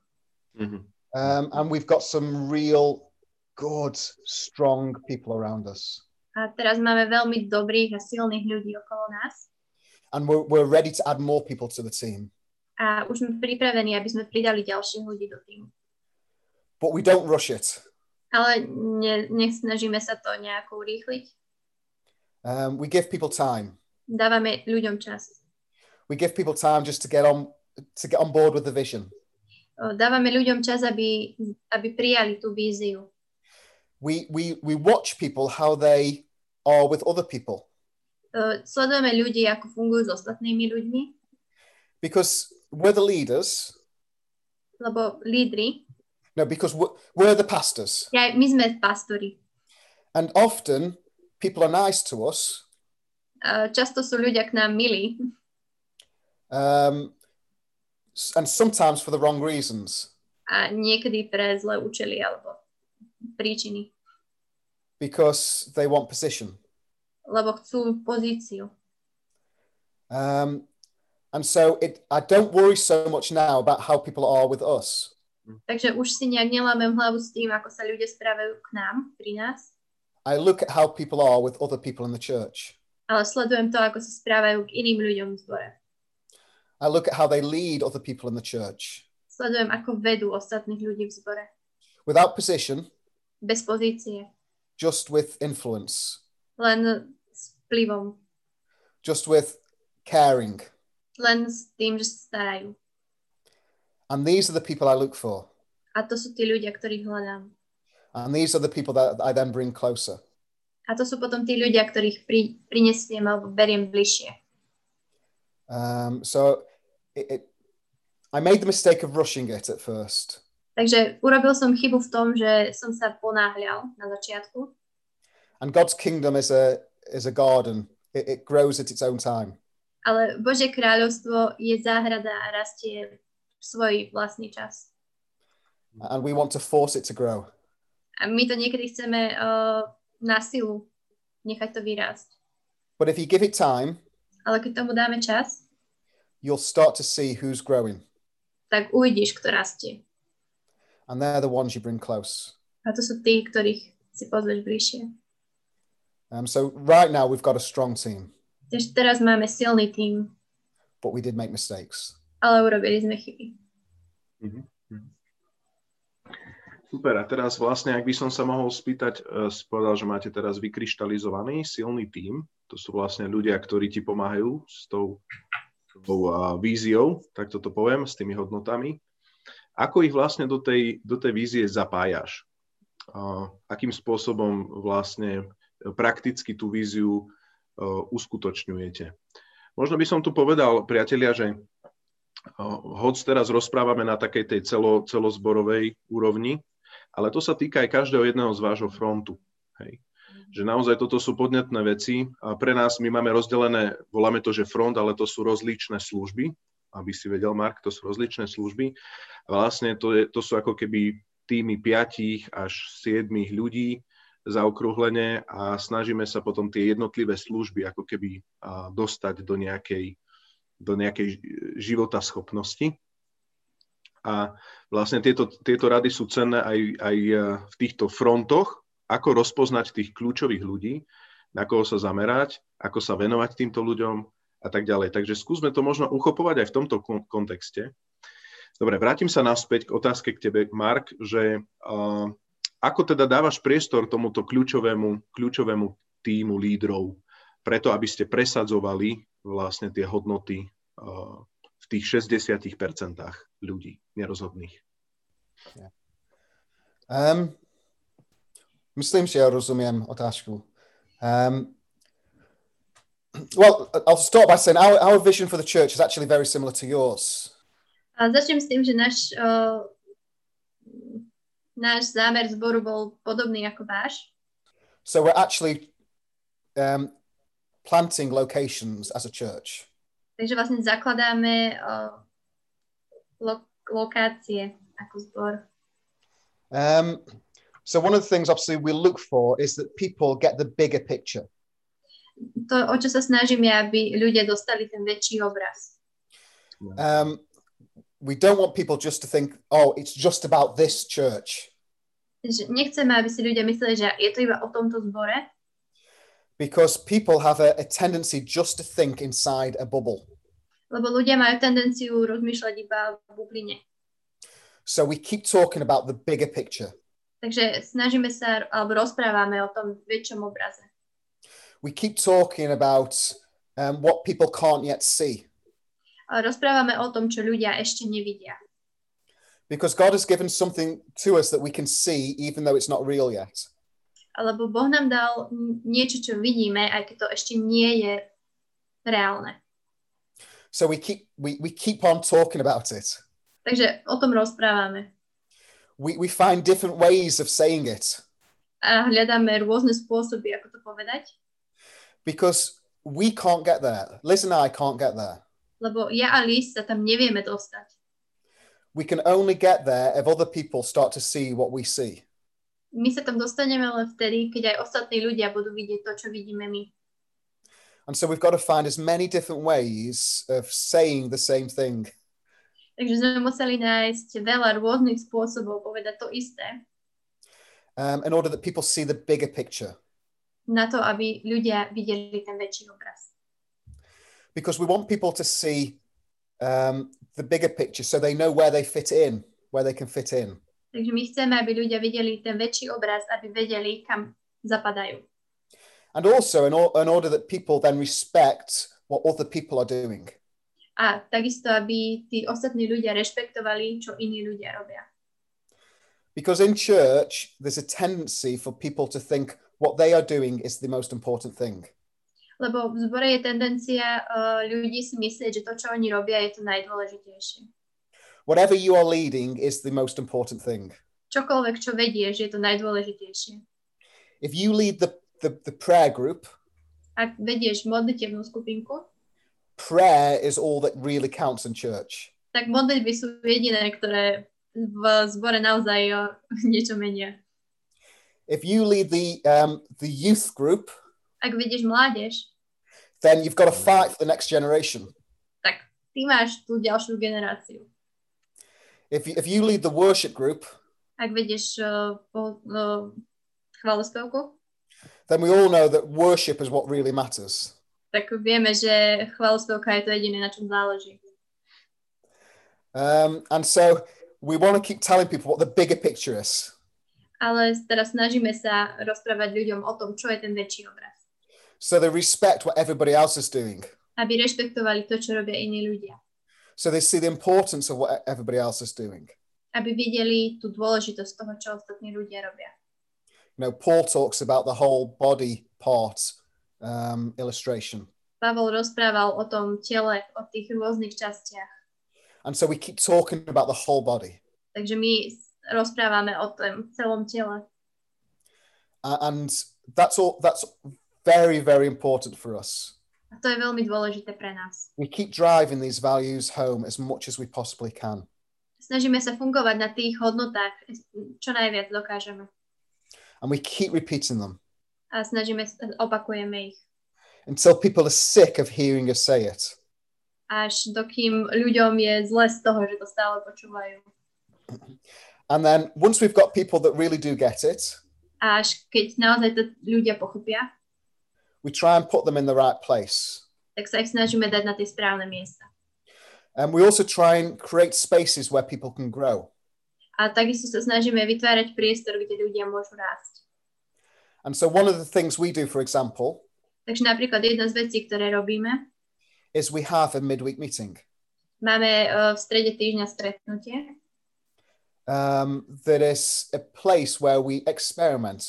Speaker 2: Mhm.
Speaker 3: Um, and we've got some real good, strong people around us.
Speaker 1: A teraz máme veľmi dobrých a silných ľudí okolo nás.
Speaker 3: And we're, we're ready to add more people to the team.
Speaker 1: A už sme pripravení, aby sme pridali ďalších ľudí do týmu.
Speaker 3: But we don't rush it.
Speaker 1: Ale ne, nesnažíme sa to nejako urýchliť.
Speaker 3: Um, we give people time.
Speaker 1: Dávame ľuďom čas.
Speaker 3: We give people time just to get on to get on board with the vision.
Speaker 1: O, Dávame ľuďom čas, aby, aby prijali tú víziu.
Speaker 3: We we we watch people how they are with other people
Speaker 1: O, Sledujeme ľudí, ako fungujú s ostatnými ľuďmi,
Speaker 3: because we're the leaders.
Speaker 1: lebo lídry
Speaker 3: No, because we're, we're the pastors,
Speaker 1: Ja, my sme pastori.
Speaker 3: and often people are nice to us,
Speaker 1: Uh, Často sú ľudia k nám milí
Speaker 3: um, s- and sometimes for the wrong reasons.
Speaker 1: a niekedy pre zlé účely alebo príčiny,
Speaker 3: because they want position.
Speaker 1: lebo chcú pozíciu.
Speaker 3: Um, and so it, I don't worry so much now about how people are with us.
Speaker 1: Takže už si nejak nelámem hlavu s tým, ako sa ľudia správajú k nám, pri nás,
Speaker 3: I look at how people are with other people in the church.
Speaker 1: ale sledujem to, ako sa správajú k iným ľuďom v zbore.
Speaker 3: I look at how they lead other people in the church
Speaker 1: Sledujem, ako vedú ostatných ľudí v zbore.
Speaker 3: without position,
Speaker 1: Bez pozície,
Speaker 3: just with influence,
Speaker 1: len s vplyvom,
Speaker 3: just with caring.
Speaker 1: len s tým, že sa starajú.
Speaker 3: And these are the people I look for.
Speaker 1: A to sú tí ľudia, ktorých hľadám.
Speaker 3: And these are the people that I then bring closer.
Speaker 1: A to sú potom tí ľudia, ktorých pri, prinesiem alebo beriem bližšie.
Speaker 3: Um, so it, it, I made the mistake of rushing it at first.
Speaker 1: Takže urobil som chybu v tom, že som sa ponáhľal na začiatku.
Speaker 3: And God's kingdom is a is a garden. It, it grows at its own time.
Speaker 1: Ale Božie kráľovstvo je záhrada a rastie v svoj vlastný čas.
Speaker 3: And we want to force it to grow.
Speaker 1: A my to niekedy chceme uh, na silu nechať to vyrásť.
Speaker 3: But if you give it time,
Speaker 1: Ale keď tomu dáme čas,
Speaker 3: you'll start to see who's growing.
Speaker 1: tak uvidíš, kto rastie.
Speaker 3: And they're the ones you bring close.
Speaker 1: A to sú tí, ktorých si pozveš bližšie.
Speaker 3: Um, so right now we've got a strong team,
Speaker 1: Takže teraz máme silný tím,
Speaker 3: but we did make mistakes.
Speaker 1: ale urobili sme chyby.
Speaker 2: Super, a teraz vlastne, ak by som sa mohol spýtať, eh, si povedal, že máte teraz vykryštalizovaný silný tím, to sú vlastne ľudia, ktorí ti pomáhajú s tou, tou a, víziou, tak toto poviem, s tými hodnotami. Ako ich vlastne do tej, do tej vízie zapájaš? A, akým spôsobom vlastne eh, prakticky tú víziu eh, uskutočňujete? Možno by som tu povedal, priatelia, že Hoc teraz rozprávame na takej tej celo, celozborovej úrovni, ale to sa týka aj každého jedného z vášho frontu. Hej. Že naozaj toto sú podnetné veci. A pre nás my máme rozdelené, voláme to, že front, ale to sú rozličné služby. Aby si vedel, Mark, to sú rozličné služby. A vlastne to, je, to sú ako keby týmy piatich až siedmých ľudí zaokrúhlene a snažíme sa potom tie jednotlivé služby ako keby a, dostať do nejakej do nejakej života schopnosti. A vlastne tieto, tieto rady sú cenné aj, aj eh, v týchto frontoch, ako rozpoznať tých kľúčových ľudí, na koho sa zamerať, ako sa venovať týmto ľuďom a tak ďalej. Takže skúsme to možno uchopovať aj v tomto kon- kontexte. Dobre, vrátim sa naspäť k otázke k tebe, Mark, že uh, ako teda dávaš priestor tomuto kľúčovému, kľúčovému týmu lídrov preto, aby ste presadzovali vlastne tie hodnoty eh, v tých 60% ľudí nerozhodných.
Speaker 3: Um, myslím, že ja rozumiem otázku. Um, well, I'll start by saying our, our vision for the church is actually very similar to yours.
Speaker 1: A začnem s tým, že náš, uh, náš zámer zboru bol podobný ako váš.
Speaker 3: So we're actually um, planting locations as a church.
Speaker 1: Takže vlastne zakladáme uh, lo- lokácie ako zbor.
Speaker 3: Um, so one of the things obviously we look for is that people get the bigger picture.
Speaker 1: To, o čo sa snažím, je, aby ľudia dostali ten väčší obraz.
Speaker 3: Um, we don't want people just to think, oh, it's just about this church,
Speaker 1: Takže nechceme, aby si ľudia mysleli, že je to iba o tomto zbore,
Speaker 3: because people have a, a tendency just to think inside a bubble.
Speaker 1: lebo ľudia majú tendenciu rozmýšľať iba v bubline.
Speaker 3: So we keep talking about the bigger picture.
Speaker 1: Takže snažíme sa, alebo rozprávame o tom väčšom obraze.
Speaker 3: We keep talking about um, what people can't yet see,
Speaker 1: A Rozprávame o tom, čo ľudia ešte nevidia.
Speaker 3: because God has given something to us that we can see, even though it's not real yet.
Speaker 1: Lebo Boh nám dal n- niečo, čo vidíme, aj keď to ešte nie je reálne.
Speaker 3: So we keep we, we keep on talking about it.
Speaker 1: Takže o tom rozprávame.
Speaker 3: We, we find different ways of saying it
Speaker 1: A hľadáme rôzne spôsoby, ako to povedať.
Speaker 3: because we can't get there. Liz and I can't get there.
Speaker 1: Lebo ja a Liz sa tam nevieme dostať.
Speaker 3: We can only get there if other people start to see what we see.
Speaker 1: My sa tam dostaneme len vtedy, keď aj ostatní ľudia budú vidieť to, čo vidíme my.
Speaker 3: And so we've got to find as many different ways of saying the same thing.
Speaker 1: Takže sme museli nájsť veľa rôznych spôsobov povedať to isté,
Speaker 3: um, in order that people see the bigger picture
Speaker 1: na to, aby ľudia videli ten väčší obraz.
Speaker 3: because we want people to see um, the bigger picture so they know where they fit in, where they can fit in.
Speaker 1: Takže my chceme, aby ľudia videli ten väčší obraz, aby vedeli, kam zapadajú.
Speaker 3: And also in, or- in order that people then respect what other people are doing.
Speaker 1: A takisto, aby tí ostatní ľudia rešpektovali, čo iní ľudia robia.
Speaker 3: Because in church, there's a tendency for people to think what they are doing is the most important thing.
Speaker 1: Lebo v zbore e, je tendencia eh, ľudí si myslieť, že to, čo oni robia, je to najdôležitejšie.
Speaker 3: whatever you are leading is the most important thing.
Speaker 1: Čokoľvek, čo vedieš, je to najdôležitejšie.
Speaker 3: If you lead the, the, the prayer group,
Speaker 1: Ak vedieš modlitevnú skupinku,
Speaker 3: prayer is all that really counts in church.
Speaker 1: tak modlitby sú jediné, ktoré v zbore naozaj o, niečo menia.
Speaker 3: If you lead the, um, the youth group,
Speaker 1: Ak vedieš mládež,
Speaker 3: then you've got to fight for the next generation.
Speaker 1: ty máš tú ďalšiu generáciu.
Speaker 3: If you, if you lead the worship group,
Speaker 1: Ak vedieš uh, po, uh, chvalospevku,
Speaker 3: then we all know that worship is what really matters.
Speaker 1: tak vieme, že chvalospevka je to jediné, na čom záleží.
Speaker 3: Um, and so we want to keep telling people what the bigger picture is.
Speaker 1: Ale teraz snažíme sa rozprávať ľuďom o tom, čo je ten väčší obraz.
Speaker 3: So they respect what everybody else is doing.
Speaker 1: Aby rešpektovali to, čo robia iní ľudia.
Speaker 3: So they see the importance of what e-, everybody else is doing.
Speaker 1: Aby videli tú dôležitosť toho, čo ostatní ľudia robia.
Speaker 3: You know, Paul talks about the whole body part um, illustration.
Speaker 1: Pavol rozprával o tom tele, o tých rôznych častiach.
Speaker 3: And so we keep talking about the whole body.
Speaker 1: Takže my s- rozprávame o tom celom tele.
Speaker 3: A- and that's all that's very, very important for us.
Speaker 1: A to je veľmi dôležité pre nás.
Speaker 3: We keep driving these values home as much as we possibly can.
Speaker 1: Snažíme sa fungovať na tých hodnotách, čo najviac dokážeme.
Speaker 3: And we keep repeating them
Speaker 1: A snažíme, s- opakujeme ich.
Speaker 3: until people are sick of hearing us say it.
Speaker 1: Až dokým ľuďom je zle z toho, že to stále počúvajú.
Speaker 3: And then once we've got people that really do get it,
Speaker 1: A až keď naozaj to ľudia pochopia,
Speaker 3: we try and put them in the right place.
Speaker 1: tak sa ich snažíme dať na tie správne miesta.
Speaker 3: And we also try and create spaces where people can grow.
Speaker 1: A takisto sa snažíme vytvárať priestor, kde ľudia môžu rásť.
Speaker 3: And so, one of the things we do, for example,
Speaker 1: Takže napríklad jedna z vecí, ktoré robíme,
Speaker 3: is we have a midweek meeting
Speaker 1: máme eh, v strede týždňa stretnutie,
Speaker 3: um, that is a place where we experiment.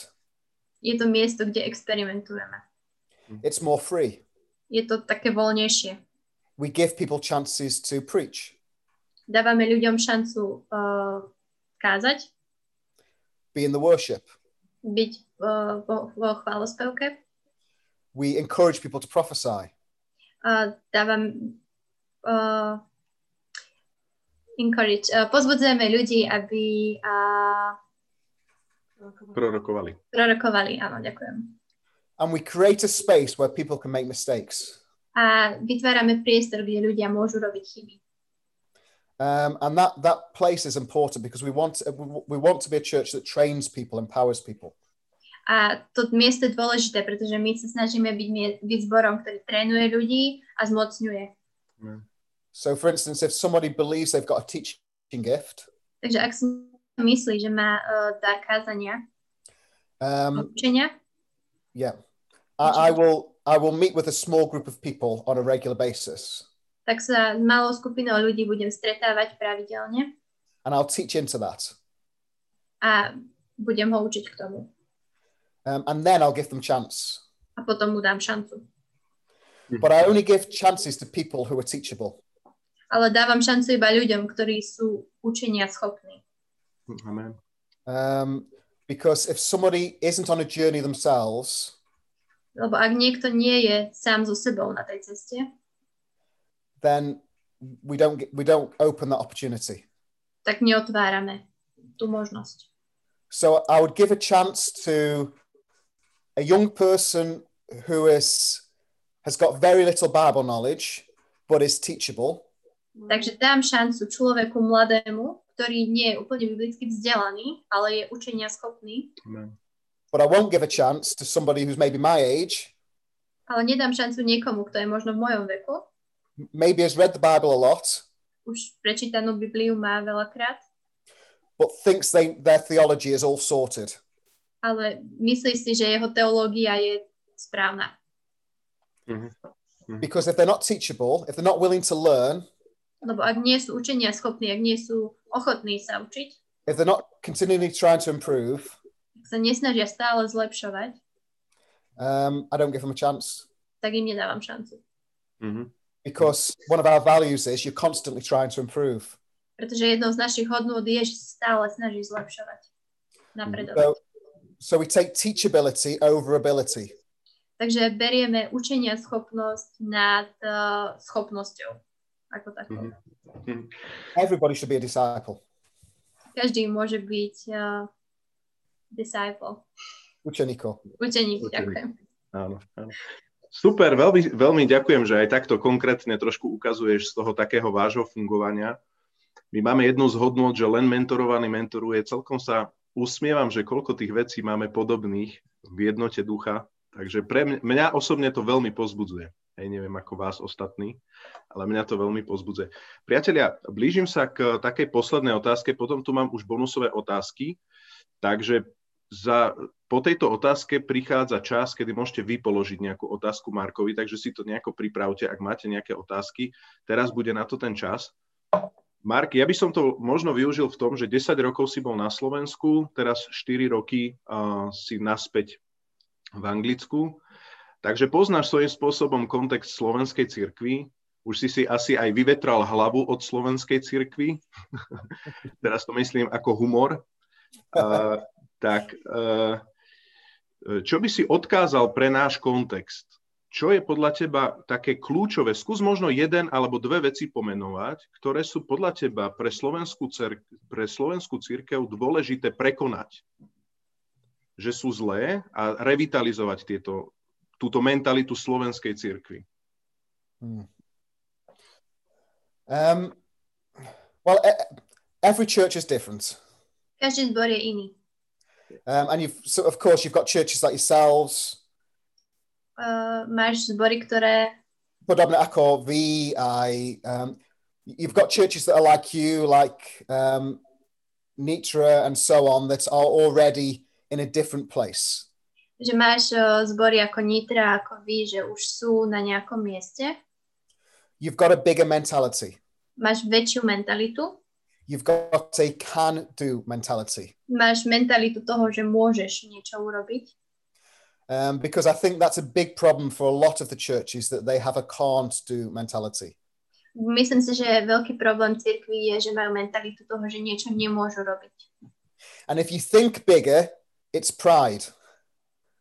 Speaker 1: je to miesto, kde experimentujeme.
Speaker 3: It's more free.
Speaker 1: Je to také voľnejšie.
Speaker 3: We give people chances to preach
Speaker 1: Dávame ľuďom šancu uh, kázať,
Speaker 3: be in the worship.
Speaker 1: byť uh, vo, vo chválospevke.
Speaker 3: We encourage people to prophesy.
Speaker 1: Uh, dávam, uh, encourage, uh, pozbudzujeme ľudí, aby uh,
Speaker 2: prorokovali.
Speaker 1: prorokovali. Áno, ďakujem.
Speaker 3: And we create a space where people can make mistakes.
Speaker 1: A vytvárame priestor, kde ľudia môžu robiť chyby.
Speaker 3: Um, and that, that place is important because we want, uh, we want to be a church that trains people, empowers people.
Speaker 1: A to miesto je dôležité, pretože my sa snažíme byť, mie- byť zborom, ktorý trénuje ľudí a zmocňuje.
Speaker 3: So, for instance, if somebody believes they've got a teaching gift,
Speaker 1: Takže ak si myslí, že má uh, dar kázania,
Speaker 3: um,
Speaker 1: učenia,
Speaker 3: yeah, I, I will. I will meet with a small group of people on a regular basis,
Speaker 1: tak sa s malou skupinou ľudí budem stretávať pravidelne
Speaker 3: and I'll teach into that,
Speaker 1: a budem ho učiť k tomu.
Speaker 3: um, and then I'll give them chance.
Speaker 1: A potom mu dám šancu.
Speaker 3: But I only give chances to people who are teachable.
Speaker 1: Ale dávam šancu iba ľuďom, ktorí sú učenia schopní.
Speaker 2: Amen.
Speaker 3: Um, because if somebody isn't on a journey themselves,
Speaker 1: Lebo ak niekto nie je sám so sebou na tej ceste,
Speaker 3: then we don't get, we don't open that opportunity.
Speaker 1: tak neotvárame tú možnosť.
Speaker 3: So I would give a chance to a young person who is has got very little Bible knowledge but is teachable,
Speaker 1: Takže dám šancu človeku mladému, ktorý nie je úplne biblicky vzdelaný, ale je učenia schopný,
Speaker 2: Amen.
Speaker 3: but I won't give a chance to somebody who's maybe my age,
Speaker 1: ale nedám šancu niekomu, kto je možno v mojom veku,
Speaker 3: m- maybe has read the Bible a lot,
Speaker 1: už prečítanú Bibliu má veľakrát,
Speaker 3: but thinks they their theology is all sorted.
Speaker 1: ale myslí si, že jeho teológia je správna.
Speaker 3: Because if they're not teachable, if they're not willing to learn,
Speaker 1: Lebo ak nie sú učenia schopní, ak nie sú ochotní sa učiť,
Speaker 3: if they're not continually trying to improve,
Speaker 1: ak sa nesnažia stále zlepšovať,
Speaker 3: um, I don't give them a chance.
Speaker 1: tak im nedávam šancu.
Speaker 2: Mhm.
Speaker 3: Because one of our values is you're constantly trying to improve.
Speaker 1: pretože jednou z našich hodnôt je, že sa stále snaží zlepšovať, napredovať.
Speaker 3: So, so we take teachability over ability.
Speaker 1: Takže berieme učenia schopnosť nad uh, schopnosťou, ako takou.
Speaker 2: Mhm.
Speaker 3: Everybody should be a disciple,
Speaker 1: Každý môže byť uh, disciple,
Speaker 3: učeniko.
Speaker 1: učeník,
Speaker 2: Učeník.
Speaker 1: ďakujem.
Speaker 2: Áno, áno. Super, veľmi, veľmi ďakujem, že aj takto konkrétne trošku ukazuješ z toho takého vášho fungovania. My máme jednu z hodnot, že len mentorovaný mentoruje. Celkom sa usmievam, že koľko tých vecí máme podobných v jednote ducha. Takže pre mňa, mňa osobne to veľmi pozbudzuje. Hej, neviem ako vás ostatní, ale mňa to veľmi pozbudzuje. Priatelia, blížim sa k takej poslednej otázke, potom tu mám už bonusové otázky. Takže za, po tejto otázke prichádza čas, kedy môžete vy položiť nejakú otázku Markovi, takže si to nejako pripravte, ak máte nejaké otázky. Teraz bude na to ten čas. Mark, ja by som to možno využil v tom, že 10 rokov si bol na Slovensku, teraz 4 roky uh, si naspäť v Anglicku. Takže poznáš svojím spôsobom kontext slovenskej cirkvi, už si si asi aj vyvetral hlavu od slovenskej cirkvi. teraz to myslím ako humor. Uh, tak eh, čo by si odkázal pre náš kontext? Čo je podľa teba také kľúčové? Skús možno jeden alebo dve veci pomenovať, ktoré sú podľa teba pre slovenskú, cer- pre slovenskú církev dôležité prekonať, že sú zlé a revitalizovať tieto, túto mentalitu slovenskej cirkvi.
Speaker 3: Hmm. Um, well, e- every church is different.
Speaker 1: Každý zbor je iný.
Speaker 3: Um, and you've, so of course, you've got churches like yourselves,
Speaker 1: Uh, máš zbory, ktoré
Speaker 3: Podobne ako vy, aj, um, you've got churches that are like you, like um, Nitra and so on, that are already in a different place.
Speaker 1: že máš uh, zbory ako Nitra, ako vy, že už sú na nejakom mieste,
Speaker 3: You've got a bigger mentality.
Speaker 1: máš väčšiu mentalitu,
Speaker 3: You've got a can do mentality.
Speaker 1: máš mentalitu toho, že môžeš niečo urobiť,
Speaker 3: Um, because I think that's a big problem for a lot of the churches that they have a can't do mentality.
Speaker 1: Myslím si, že veľký problém cirkvi je, že majú mentalitu toho, že niečo nemôžu robiť.
Speaker 3: And if you think bigger, it's pride.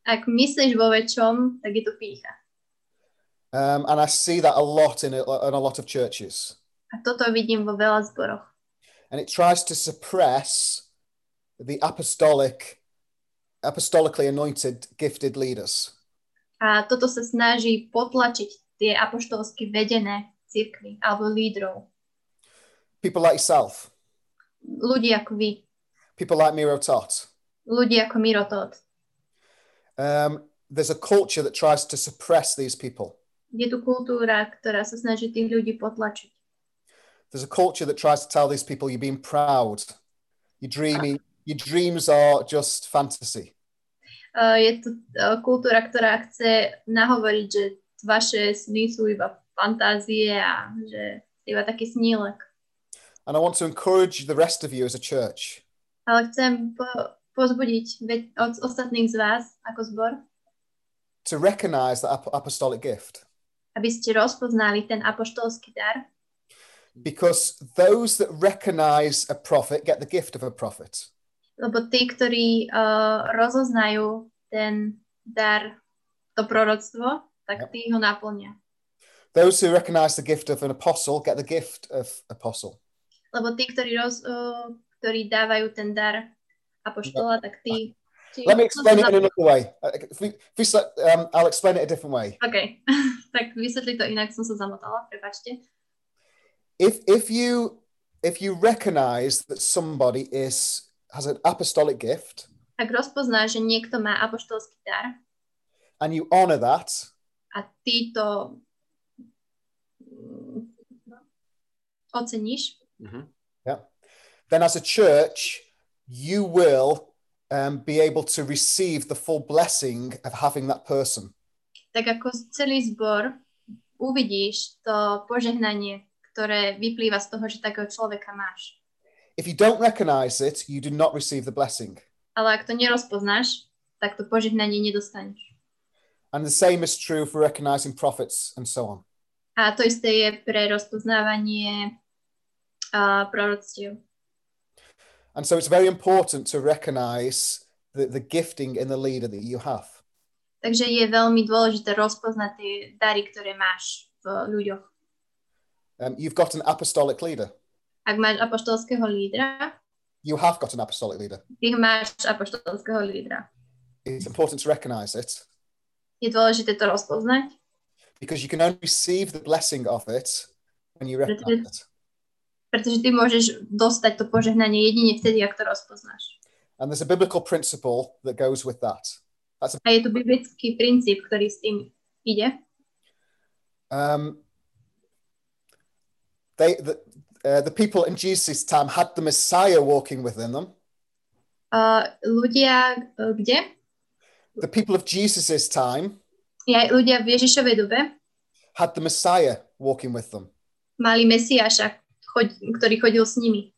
Speaker 1: Ak myslíš vo väčšom, tak je to pícha.
Speaker 3: Um, and I see that a lot in a, in a lot of churches.
Speaker 1: A toto vidím vo veľa zboroch.
Speaker 3: and it tries to suppress the apostolic apostolically anointed gifted leaders
Speaker 1: A toto sa snaží potlačiť tie apoštolsky vedené cirkvy alebo lídrov.
Speaker 3: people like yourself
Speaker 1: Ľudí ako vy,
Speaker 3: people like miro tot
Speaker 1: ľudí ako Miro Todd.
Speaker 3: um, there's a culture that tries to suppress these people
Speaker 1: Je tu kultúra, ktorá sa snaží tých ľudí potlačiť.
Speaker 3: there's a culture that tries to tell these people you're being proud you're dreamy your dreams are just fantasy
Speaker 1: Uh, je tu uh, kultúra, ktorá chce nahovoriť, že vaše sny sú iba fantázie a že ste iba taký snílek.
Speaker 3: and i want to encourage the rest of you as a church
Speaker 1: Ale chcem po- pozbudiť ve- od ostatných z vás ako zbor,
Speaker 3: to recognize that ap- apostolic gift
Speaker 1: aby ste rozpoznali ten apoštolský dar,
Speaker 3: because those that recognize a prophet get the gift of a prophet
Speaker 1: lebo tí, ktorí uh, rozoznajú ten dar, to proroctvo, tak tí ho naplnia.
Speaker 3: Those who recognize the gift of an apostle get the gift of apostle.
Speaker 1: Lebo tí, ktorí, roz, uh, ktorí dávajú ten dar apoštola, tak tí... tí
Speaker 3: No. Let me explain it in another way. Uh, If we, if we select, um, I'll explain it a different way.
Speaker 1: OK, tak vysvetli to inak, som sa zamotala, prepačte.
Speaker 3: If if you if you recognize that somebody is has an apostolic gift
Speaker 1: Ak rozpoznáš, že niekto má apoštolský dar,
Speaker 3: and you honor that,
Speaker 1: a ty to mm, oceníš,
Speaker 2: Mhm.
Speaker 3: then as a church you will um, be able to receive the full blessing of having that person.
Speaker 1: tak ako celý zbor uvidíš to požehnanie, ktoré vyplýva z toho, že takého človeka máš.
Speaker 3: If you don't recognize it, you do not receive the blessing.
Speaker 1: Ale ak to nerozpoznáš, tak to požehnanie nedostaneš.
Speaker 3: And the same is true for recognizing prophets and so on.
Speaker 1: A to isté je pre rozpoznávanie a proroctiev.
Speaker 3: And so it's very important to recognize the, the gifting in the leader that you have.
Speaker 1: Takže je veľmi dôležité rozpoznať tie dary, ktoré máš v ľuďoch.
Speaker 3: Um, you've got an apostolic leader.
Speaker 1: Ak máš apoštolského lídra,
Speaker 3: You have got an apostolic leader.
Speaker 1: ty máš apoštolského lídra.
Speaker 3: It's important to recognize it
Speaker 1: Je dôležité to rozpoznať,
Speaker 3: because you can only receive the blessing of it when you
Speaker 1: But it-
Speaker 3: recognize it.
Speaker 1: pretože ty môžeš dostať to požehnanie jedine vtedy, ak to rozpoznáš.
Speaker 3: And there's a biblical principle that goes with that.
Speaker 1: A je tu biblický princíp, ktorý s tým ide.
Speaker 3: Um, they, the, uh, the people in Jesus' time had the Messiah walking within them.
Speaker 1: Uh, ľudia eh, kde?
Speaker 3: The people of Jesus' time
Speaker 1: Ja, ľudia v Ježišovej dobe
Speaker 3: had the Messiah walking with them.
Speaker 1: mali Mesiáša, chod, ktorý chodil s nimi.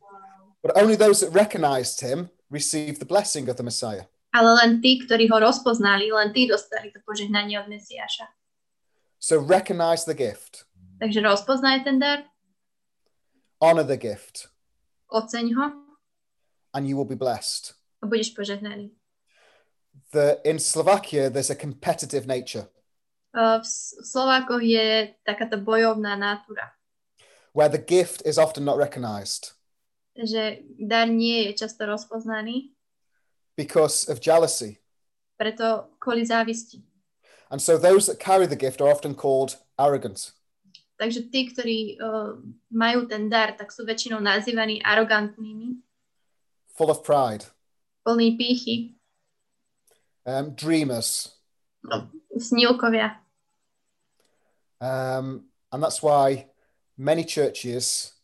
Speaker 3: But only those that recognized him received the blessing of the Messiah.
Speaker 1: Ale len tí, ktorí ho rozpoznali, len tí dostali to požehnanie od Mesiáša.
Speaker 3: So recognize the gift,
Speaker 1: Takže rozpoznaj ten dar,
Speaker 3: honor the gift,
Speaker 1: oceň ho
Speaker 3: and you will be blessed.
Speaker 1: a budeš požehnaný.
Speaker 3: The, in Slovakia, there's a competitive nature
Speaker 1: Uh, V S- v Slovákoch je takáto bojovná natúra,
Speaker 3: where the gift is often not recognized
Speaker 1: že dar nie je často rozpoznaný,
Speaker 3: because of jealousy.
Speaker 1: preto kvôli závisti.
Speaker 3: And so those that carry the gift are often called arrogant.
Speaker 1: Takže tí, ktorí uh, majú ten dar, tak sú väčšinou nazývaní arogantnými,
Speaker 3: full of pride,
Speaker 1: plní pýchy,
Speaker 3: um, dreamers.
Speaker 1: snílkovia.
Speaker 3: Um, and that's why many churches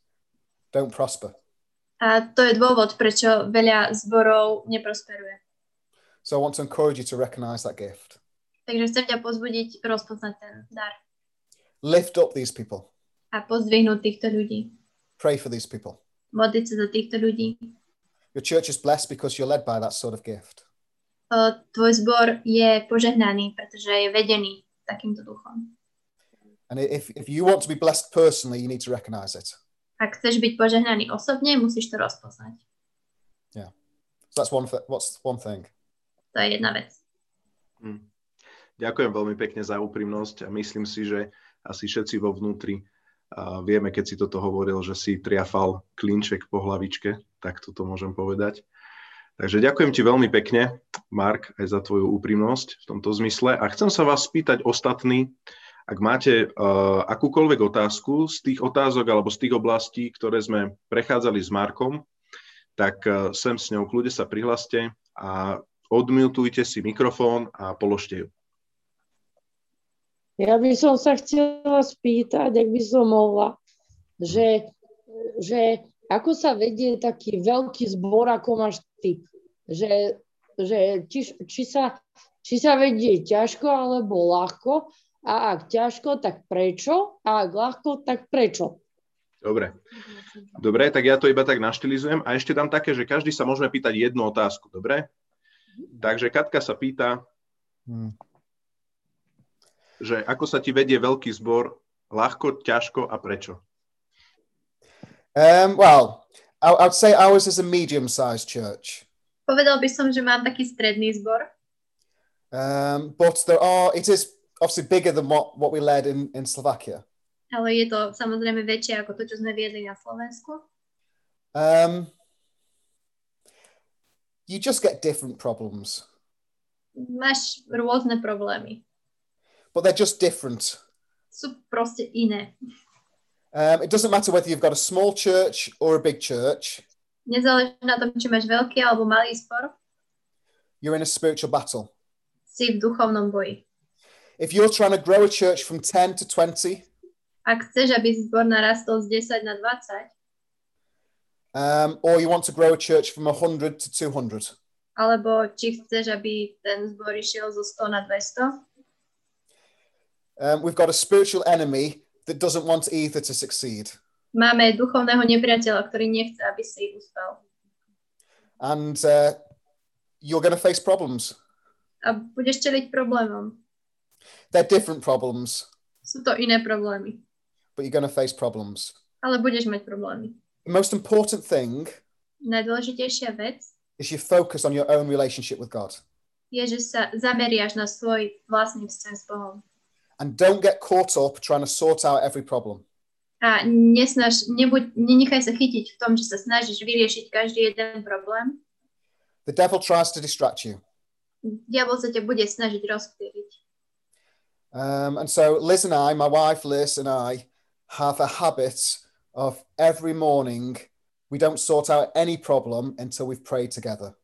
Speaker 3: don't prosper.
Speaker 1: A to je dôvod, prečo veľa zborov neprosperuje.
Speaker 3: So I want to encourage you to recognize that gift.
Speaker 1: Takže chcem ťa pozbudiť rozpoznať ten dar
Speaker 3: Lift up these people,
Speaker 1: a pozdvihnúť týchto ľudí.
Speaker 3: pray for these people.
Speaker 1: Modliť sa za týchto ľudí.
Speaker 3: Your church is blessed because you're led by that sort of gift.
Speaker 1: Uh, Tvoj zbor je požehnaný, pretože je vedený takýmto duchom.
Speaker 3: And if, if you want to be blessed personally, you need to recognize it.
Speaker 1: Ak chceš byť požehnaný osobne, musíš to rozpoznať.
Speaker 3: So that's one, th- what's one thing.
Speaker 1: To je jedna vec.
Speaker 2: Ďakujem veľmi pekne za úprimnosť a myslím si, že asi všetci vo vnútri a vieme, keď si toto hovoril, že si triafal klinček po hlavičke, tak toto môžem povedať. Takže ďakujem ti veľmi pekne, Mark, aj za tvoju úprimnosť v tomto zmysle. A chcem sa vás spýtať ostatní, ak máte uh, akúkoľvek otázku z tých otázok alebo z tých oblastí, ktoré sme prechádzali s Markom, tak uh, sem s ňou kľude sa prihlaste a odmutujte si mikrofón a položte ju.
Speaker 4: Ja by som sa chcela spýtať, ak by som mohla, že, že ako sa vedie taký veľký zbor, ako máš ty? Že, že či, či, sa, či sa vedie ťažko alebo ľahko? A ak ťažko, tak prečo? A ak ľahko, tak prečo?
Speaker 2: Dobre. Dobre, tak ja to iba tak naštilizujem. A ešte dám také, že každý sa môžeme pýtať jednu otázku, dobre? Takže Katka sa pýta,
Speaker 3: Hmm.
Speaker 2: že ako sa ti vedie veľký zbor, ľahko, ťažko a prečo?
Speaker 3: Um, well, I, I would say ours is a medium sized church,
Speaker 1: Povedal by som, že mám taký stredný zbor,
Speaker 3: um, but there are, it is obviously bigger than what, what we led in, in Slovakia.
Speaker 1: ale je to samozrejme väčšie ako to, čo sme viedli na Slovensku.
Speaker 3: Um, you just get different problems,
Speaker 1: Máš rôzne problémy.
Speaker 3: but they're just different.
Speaker 1: Sú proste iné.
Speaker 3: Um, it doesn't matter whether you've got a small church or a big church,
Speaker 1: Nezáleží na tom, či máš veľký alebo malý zbor,
Speaker 3: you're in a spiritual battle.
Speaker 1: si v duchovnom boji.
Speaker 3: If you're trying to grow a church from 10 to 20,
Speaker 1: Ak chceš, aby zbor narastol z 10 na 20,
Speaker 3: um, or you want to grow a church from 100 to 200,
Speaker 1: alebo či chceš, aby ten zbor išiel zo 100 na 200,
Speaker 3: um, we've got a spiritual enemy that doesn't want either to succeed.
Speaker 1: máme duchovného nepriateľa, ktorý nechce, aby si uspel.
Speaker 3: And uh, you're going to face problems.
Speaker 1: A budeš čeliť problémom.
Speaker 3: They're different problems,
Speaker 1: Sú to iné problémy,
Speaker 3: but you're going to face problems.
Speaker 1: ale budeš mať problémy.
Speaker 3: the most important thing
Speaker 1: Najdôležitejšia vec
Speaker 3: is you focus on your own relationship with God
Speaker 1: je, že sa zameriaš na svoj vlastný vzťah s Bohom.
Speaker 3: and don't get caught up trying to sort out every problem.
Speaker 1: A nesnaž, nebuď, nenechaj sa chytiť v tom, že sa snažíš vyriešiť každý jeden problém.
Speaker 3: The devil tries to distract you.
Speaker 1: Diabol sa ťa bude snažiť rozptýliť.
Speaker 3: Um, and so Liz and I, my wife Liz and I, have a habit of every morning we don't sort out any problem until we've prayed together.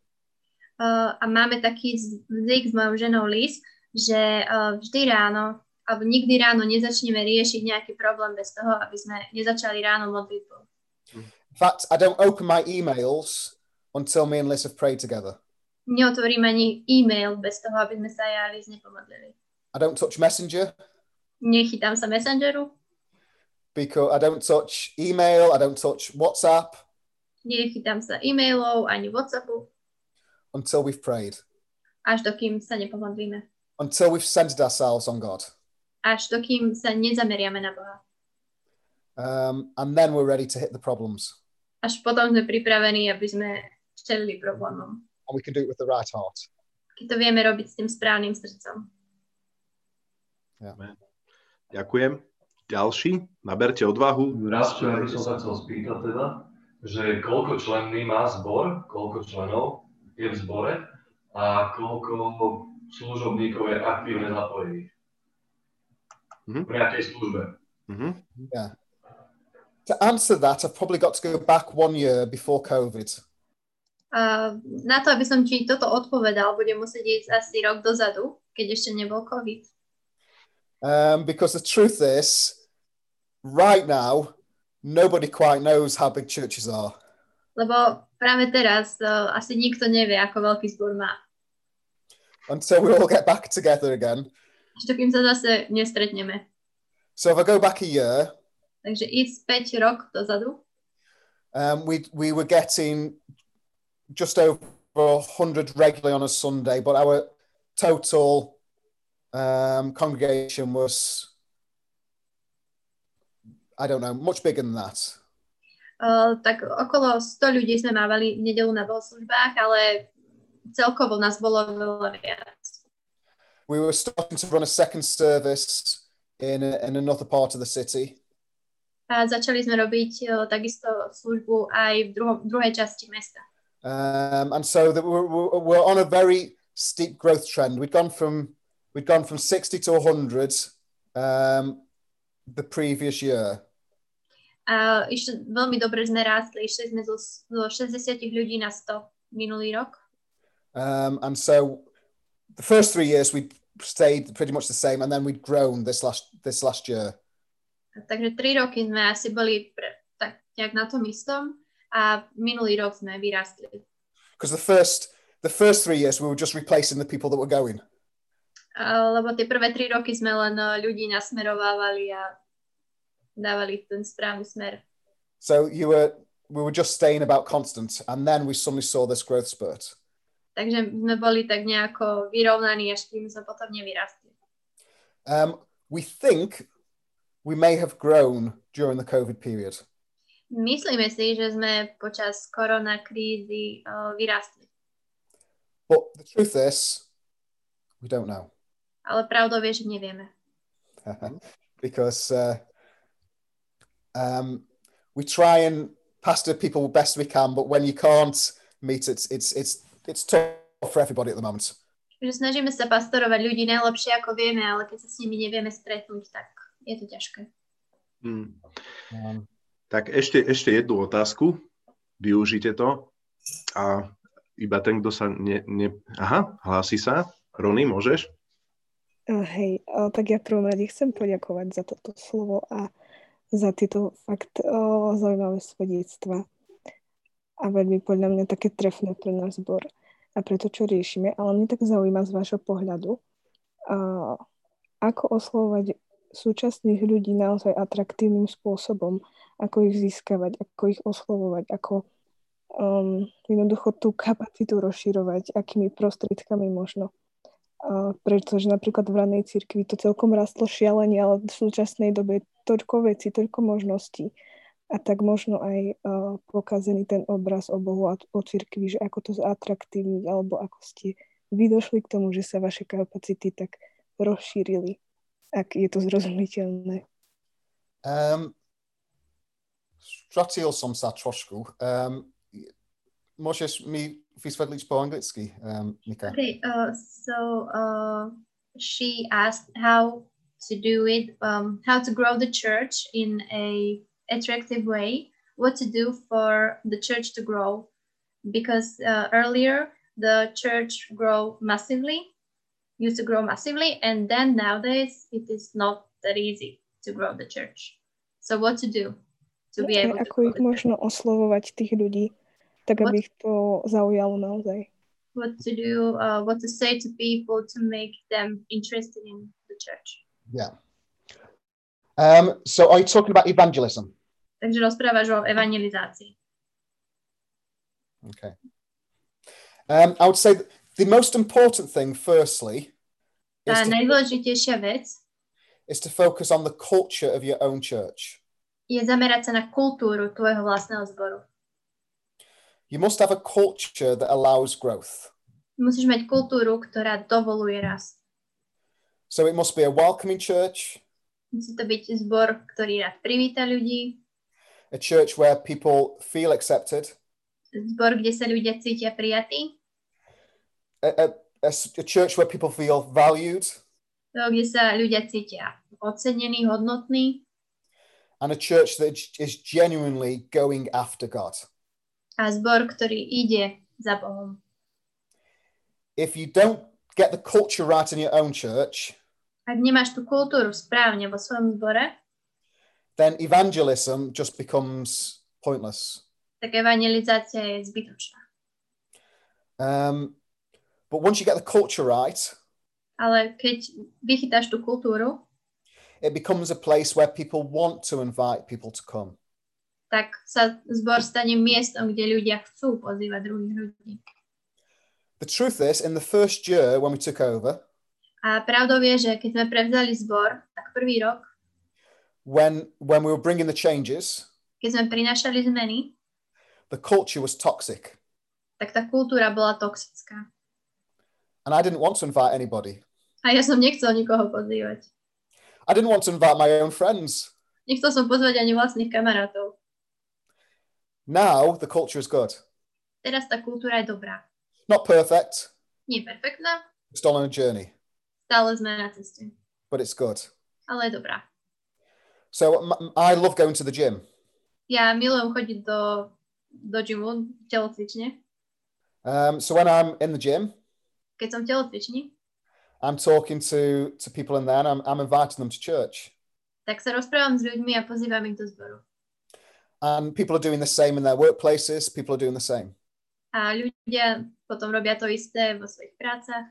Speaker 1: Uh, a máme taký z- zvyk s mojou ženou Liz, že uh, vždy ráno, alebo nikdy ráno nezačneme riešiť nejaký problém bez toho, aby sme nezačali ráno modlitbu.
Speaker 3: In fact, I don't open my emails until me and Liz have prayed together.
Speaker 1: Neotvorím ani e-mail bez toho, aby sme sa aj ja a Liz nepomodlili.
Speaker 3: I don't touch Messenger
Speaker 1: Nechytám sa Messengeru,
Speaker 3: because I don't touch email, I don't touch WhatsApp
Speaker 1: nechytám sa e-mailov ani Whatsappu,
Speaker 3: until we've prayed,
Speaker 1: až dokým sa nepomodlíme.
Speaker 3: until we've centered ourselves on God.
Speaker 1: Až dokým sa nezameriame na Boha.
Speaker 3: Um, and then we're ready to hit the problems
Speaker 1: Až potom sme pripravení, aby sme čelili problémom.
Speaker 3: and we can do it with the right heart.
Speaker 1: Keď to vieme robiť s tým správnym srdcom.
Speaker 2: Ďakujem. Ďalší, naberte odvahu.
Speaker 5: Rastio, ja by som sa chcel spýtať teda, že koľko členný má zbor, koľko členov je v zbore a koľko služobníkov je aktívne zapojených
Speaker 2: Mhm.
Speaker 5: v nejakej službe.
Speaker 2: Mhm.
Speaker 3: To answer that, I've probably got to go back one year before COVID.
Speaker 1: A na to, aby som ti toto odpovedal, budem musieť ísť asi rok dozadu, keď ešte nebol COVID.
Speaker 3: Um, because the truth is, right now, nobody quite knows how big churches are.
Speaker 1: Lebo práve teraz uh, asi nikto nevie, ako veľký zbor má.
Speaker 3: until we all get back together again.
Speaker 1: Až dokým sa zase nestretneme.
Speaker 3: So if I go back a year,
Speaker 1: Takže ísť späť rok dozadu.
Speaker 3: um, we we were getting just over hundred regularly on a Sunday, but our total um, congregation was I don't know much bigger than that.
Speaker 1: Uh, tak okolo 100 ľudí sme mávali nedelu na bohoslužbách, ale celkovo nás bolo veľa viac.
Speaker 3: We were starting to run a second service in a, in another part of the city,
Speaker 1: A začali sme robiť uh, takisto službu aj v druho, druhej časti mesta.
Speaker 3: um, and so that we're, we're we're on a very steep growth trend. We'd gone from we'd gone from sixty to hundred um, the previous year,
Speaker 1: A ešte veľmi dobre sme rástli, išli sme zo, zo 60 ľudí na 100 minulý rok.
Speaker 3: um, and so the first three years we stayed pretty much the same, and then we'd grown this last this last year.
Speaker 1: Takže 3 roky sme asi boli pre, tak nejak na tom istom a minulý rok sme vyrástli.
Speaker 3: Because the first the first three years we were just replacing the people that were going,
Speaker 1: A, lebo tie prvé 3 roky sme len uh, ľudí nasmerovávali a dávali ten správny smer.
Speaker 3: so you were we were just staying about constant, and then we suddenly saw this growth spurt.
Speaker 1: Takže sme boli tak nejako vyrovnaní, až kým sme potom nevyrastli.
Speaker 3: Um, we think we may have grown during the COVID period.
Speaker 1: Myslíme si, že sme počas korona krízy uh, vyrástli.
Speaker 3: But the truth is, we don't know
Speaker 1: Ale pravdou je, že nevieme.
Speaker 3: Mm-hmm. because uh, um, we try and pastor people best we can, but when you can't meet, it's it's it's it's tough for everybody at the moment.
Speaker 1: Takže snažíme sa pastorovať ľudí najlepšie, ako vieme, ale keď sa s nimi nevieme stretnúť, tak je to ťažké.
Speaker 2: Mm.
Speaker 3: Um,
Speaker 2: Tak ešte, ešte jednu otázku. Využite to. A iba ten, kto sa ne... ne... Aha, hlási sa. Rony, môžeš?
Speaker 6: Eh, Hej, eh, tak ja v prvom rade chcem poďakovať za toto slovo a za tieto fakt eh, zaujímavé svedectva a veľmi podľa mňa také trefné pre náš zbor a pre to, čo riešime. Ale mne tak zaujíma z vášho pohľadu, eh, ako oslovať súčasných ľudí naozaj atraktívnym spôsobom, ako ich získavať, ako ich oslovovať, ako um, jednoducho tú kapacitu rozširovať, akými prostriedkami možno. A pretože napríklad v ranej cirkvi to celkom rastlo šialenie, ale v súčasnej dobe je toľko vecí, toľko možností a tak možno aj uh, pokazený ten obraz o Bohu a o cirkvi, že ako to zatraktívniť, alebo ako ste vy došli k tomu, že sa vaše kapacity tak rozšírili, ak je to zrozumiteľné.
Speaker 3: Um, ztratil som sa trošku. Um, môžeš mi vysvetliť po anglicky, um, Mika?
Speaker 1: Okay, uh, so uh, she asked how to do it, um, how to grow the church in a attractive way, what to do for the church to grow, because uh, earlier the church grow massively, used to grow massively, and then nowadays it is not that easy to grow the church. So what to do to be able to
Speaker 6: ako
Speaker 1: grow
Speaker 6: ich
Speaker 1: the church?
Speaker 6: možno oslovovať tých ľudí, tak
Speaker 1: What?
Speaker 6: aby ich to zaujalo naozaj.
Speaker 1: What to do? Uh, what to say to people to make them interested in the church?
Speaker 3: Um, so are you talking about evangelism?
Speaker 1: Takže rozprávaš o evangelizácii.
Speaker 3: Okay. Um, I would say that the most important thing, firstly, is
Speaker 1: Tá
Speaker 3: to,
Speaker 1: najdôležitejšia vec
Speaker 3: is to focus on the culture of your own church.
Speaker 1: je zamerať sa na kultúru tvojho vlastného zboru.
Speaker 3: You must have a culture that allows growth.
Speaker 1: Musíš mať kultúru, ktorá dovoluje rast.
Speaker 3: So it must be a welcoming church,
Speaker 1: Musí to byť zbor, ktorý rád privíta ľudí,
Speaker 3: a church where people feel accepted,
Speaker 1: zbor, kde sa ľudia cítia prijatí,
Speaker 3: a, a- a s- a church where people feel valued,
Speaker 1: eh, kde sa ľudia cítia ocenení, hodnotní
Speaker 3: and a church that is- is genuinely going after God.
Speaker 1: a zbor, ktorý ide za Bohom.
Speaker 3: If you don't get the culture right in your own church,
Speaker 1: Ak nemáš tú kultúru správne vo svojom zbore,
Speaker 3: then evangelism just becomes pointless.
Speaker 1: tak evangelizácia je zbytočná.
Speaker 3: Um, but once you get the culture right,
Speaker 1: Ale keď vychytáš tú kultúru,
Speaker 3: it becomes a place where people want to invite people to come.
Speaker 1: tak sa zbor stane miestom, kde ľudia chcú pozývať druhých ľudí.
Speaker 3: The truth is, in the first year when we took over,
Speaker 1: A pravdou je, že keď sme prevzali zbor, tak prvý rok,
Speaker 3: when when we were bringing the changes,
Speaker 1: keď sme prinašali zmeny,
Speaker 3: the culture was toxic,
Speaker 1: tak tá kultúra bola toxická.
Speaker 3: and I didn't want to invite anybody.
Speaker 1: A ja som nechcel nikoho pozývať.
Speaker 3: I didn't want to invite my own friends.
Speaker 1: Nechcel som pozvať ani vlastných kamarátov.
Speaker 3: Now the culture is good,
Speaker 1: Teraz tá kultúra je dobrá.
Speaker 3: not perfect,
Speaker 1: Nie je perfektná,
Speaker 3: still on a journey,
Speaker 1: stále sme na ceste,
Speaker 3: but it's good.
Speaker 1: ale je dobrá.
Speaker 3: So m- I love going to the gym.
Speaker 1: Ja milujem chodiť do, do gymu, telocvične.
Speaker 3: Um, so when I'm in the gym,
Speaker 1: Keď som v telocvični,
Speaker 3: I'm talking to to people in there, and I'm, I'm inviting them to church,
Speaker 1: tak sa rozprávam s ľuďmi a pozývam ich do zboru.
Speaker 3: and people are doing the same in their workplaces. People are doing the same
Speaker 1: A ľudia potom robia to isté vo svojich prácach.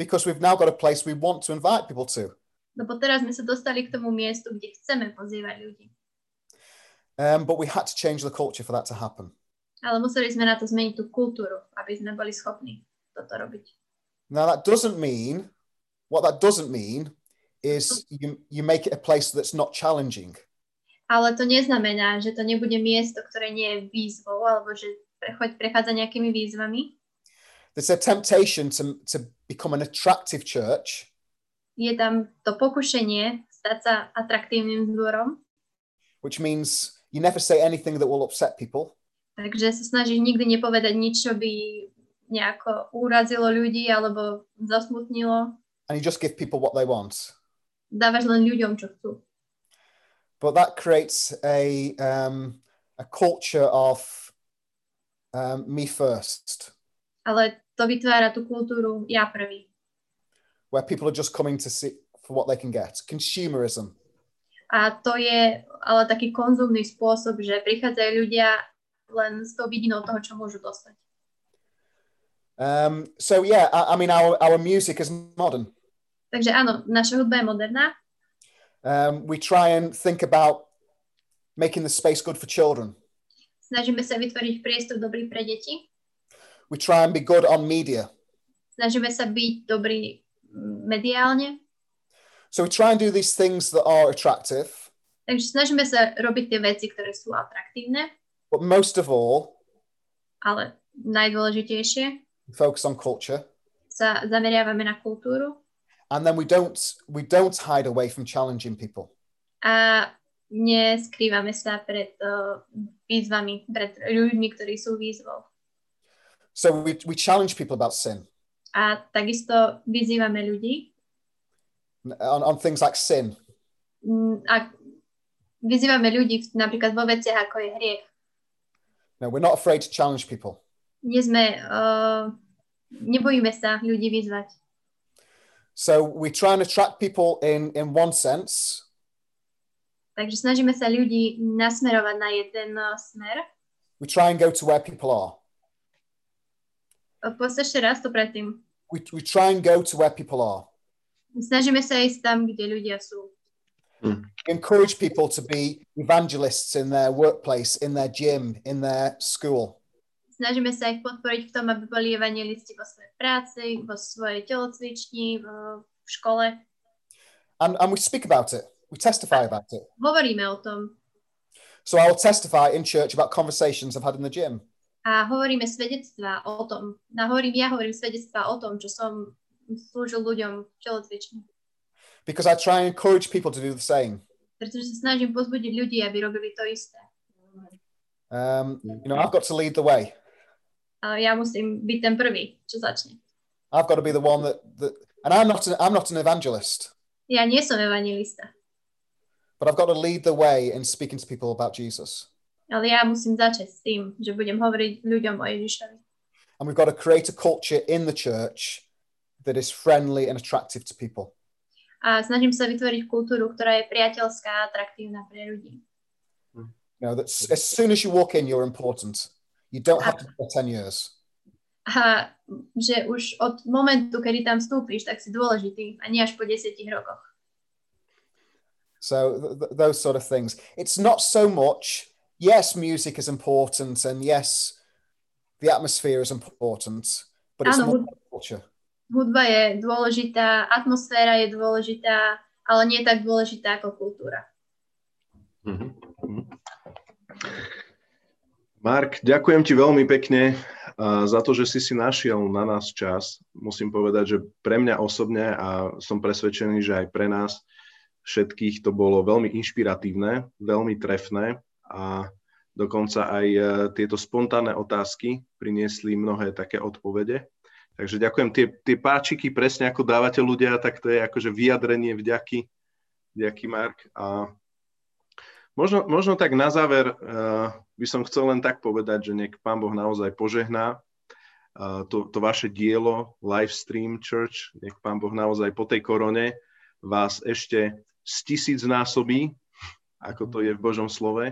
Speaker 3: because we've now got a place we want to invite people to.
Speaker 1: Lebo No teraz sme sa dostali k tomu miestu, kde chceme pozývať ľudí.
Speaker 3: Um, but we had to change the culture for that to happen.
Speaker 1: Ale museli sme na to zmeniť tú kultúru, aby sme boli schopní toto robiť.
Speaker 3: Now that doesn't mean what that doesn't mean is you you make it a place that's not challenging.
Speaker 1: Ale to neznamená, že to nebude miesto, ktoré nie je výzvou, alebo že prechoď, prechádza nejakými výzvami.
Speaker 3: There's a temptation to to become an attractive church
Speaker 1: Je tam to pokušenie stať sa atraktívnym zborom,
Speaker 3: which means you never say anything that will upset people.
Speaker 1: takže sa snažíš nikdy nepovedať nič, čo by nejako urazilo ľudí alebo zasmutnilo.
Speaker 3: and you just give people what they want.
Speaker 1: Dávaš len ľuďom, čo chcú.
Speaker 3: But that creates a um, a culture of um, me first,
Speaker 1: Ale to vytvára tú kultúru ja prvý.
Speaker 3: where people are just coming to see for what they can get. Consumerism.
Speaker 1: A to je ale taký konzumný spôsob, že prichádzajú ľudia len s tou vidinou toho, čo môžu dostať.
Speaker 3: Um, so yeah, I, I mean, our our music is modern.
Speaker 1: Takže áno, naša hudba je moderná.
Speaker 3: Um, we try and think about making the space good for children.
Speaker 1: Snažíme sa vytvoriť priestor dobrý pre deti.
Speaker 3: We try and be good on media.
Speaker 1: Snažíme sa byť dobrý mm, mediálne.
Speaker 3: So we try and do these things that are attractive,
Speaker 1: Takže snažíme sa robiť tie veci, ktoré sú atraktívne,
Speaker 3: But most of all,
Speaker 1: ale najdôležitejšie
Speaker 3: we focus on culture.
Speaker 1: sa zameriavame na kultúru
Speaker 3: And then we don't we don't hide away from challenging people.
Speaker 1: a neskrývame sa pred uh, výzvami, pred ľuďmi, ktorí sú výzvou.
Speaker 3: So we, we challenge people about sin
Speaker 1: A takisto vyzývame ľudí
Speaker 3: on, on things like sin,
Speaker 1: mm, a vyzývame ľudí v- napríklad vo veciach, ako je hriech.
Speaker 3: No, we're not afraid to challenge people.
Speaker 1: Nie sme, uh, nebojíme sa ľudí vyzvať.
Speaker 3: So we try and attract people in, in one sense,
Speaker 1: Takže snažíme sa ľudí nasmerovať na jeden uh, smer.
Speaker 3: we try and go to where people are.
Speaker 1: Uh, Poď ešte raz to predtým.
Speaker 3: We, we try and go to where people are.
Speaker 1: Snažíme sa ísť tam, kde ľudia sú.
Speaker 3: We encourage people to be evangelists in their workplace, in their gym, in their school.
Speaker 1: Snažíme sa ich podporiť v tom, aby boli evangelisti vo svojej práci, vo svojej telocvični, vo- v škole.
Speaker 3: And, and we speak about it, we testify about it.
Speaker 1: Hovoríme o tom
Speaker 3: So I'll testify in church about conversations I've had in the gym.
Speaker 1: a hovoríme svedectvá o tom. Na hovorím, ja hovorím svedectvá o tom, čo som slúžil ľuďom v telocvični.
Speaker 3: because I try and encourage people to do the same.
Speaker 1: Pretože sa snažím pozbudiť ľudí, aby robili to isté.
Speaker 3: Um, you know, I've got to lead the way.
Speaker 1: A ja musím byť ten prvý, čo začne.
Speaker 3: I've got to be the one that, that and I'm not an, I'm not an evangelist,
Speaker 1: Ja nie som evangelista.
Speaker 3: but I've got to lead the way in speaking to people about Jesus.
Speaker 1: Ale ja musím začať s tým, že budem hovoriť ľuďom o Ježišovi.
Speaker 3: And we've got to create a culture in the church that is friendly and attractive to people.
Speaker 1: A snažím sa vytvoriť kultúru, ktorá je priateľská a atraktívna pre ľudí.
Speaker 3: You know, that as soon as you walk in, you're important. You don't have to be there 10 years.
Speaker 1: A že už od momentu, kedy tam vstúpiš, tak si dôležitý a nie až po desiatich rokoch.
Speaker 3: So th- th- those sort of things. It's not so much, yes, music is important and yes, the atmosphere is important, but it's
Speaker 1: Ano,
Speaker 3: not
Speaker 1: hud-
Speaker 3: culture.
Speaker 1: hudba je dôležitá, atmosféra je dôležitá, ale nie tak dôležitá ako kultúra.
Speaker 2: Mhm. Mhm. Mark, ďakujem ti veľmi pekne a, za to, že si si našiel na nás čas. Musím povedať, že pre mňa osobne a som presvedčený, že aj pre nás všetkých to bolo veľmi inšpiratívne, veľmi trefné a dokonca aj e, tieto spontánne otázky priniesli mnohé také odpovede. Takže ďakujem. Tie, tie páčiky, presne ako dávate ľudia, tak to je akože vyjadrenie vďaky. Vďaky, Mark. A Možno, možno tak na záver uh, by som chcel len tak povedať, že nech Pán Boh naozaj požehná uh, to, to vaše dielo Livestream Church, nech Pán Boh naozaj po tej korone vás ešte z tisíc násobí, ako to je v Božom slove,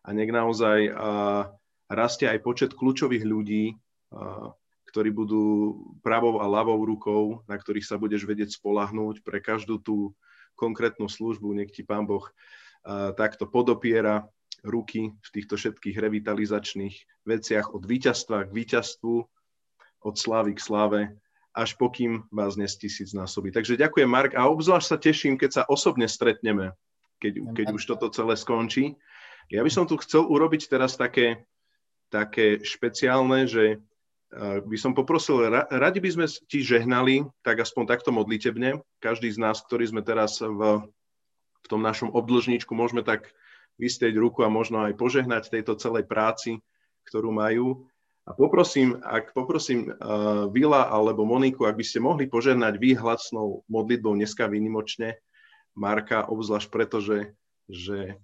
Speaker 2: a nech naozaj uh, rastie aj počet kľúčových ľudí, uh, ktorí budú pravou a ľavou rukou, na ktorých sa budeš vedieť spolahnúť pre každú tú konkrétnu službu, nech ti Pán Boh a takto podopiera ruky v týchto všetkých revitalizačných veciach od víťazstva k víťazstvu, od slávy k sláve, až pokým vás dnes tisíc násobí. Takže ďakujem, Mark, a obzvlášť sa teším, keď sa osobne stretneme, keď, keď už toto celé skončí. Ja by som tu chcel urobiť teraz také, také špeciálne, že eh, by som poprosil, ra- radi by sme ti žehnali, tak aspoň takto modlitebne, každý z nás, ktorí sme teraz v v tom našom obdlžníčku môžeme tak vystrieť ruku a možno aj požehnať tejto celej práci, ktorú majú. A poprosím, ak poprosím uh, Vila alebo Moniku, ak by ste mohli požehnať výhlasnou modlitbou dneska výnimočne Marka, obzvlášť preto, že, že,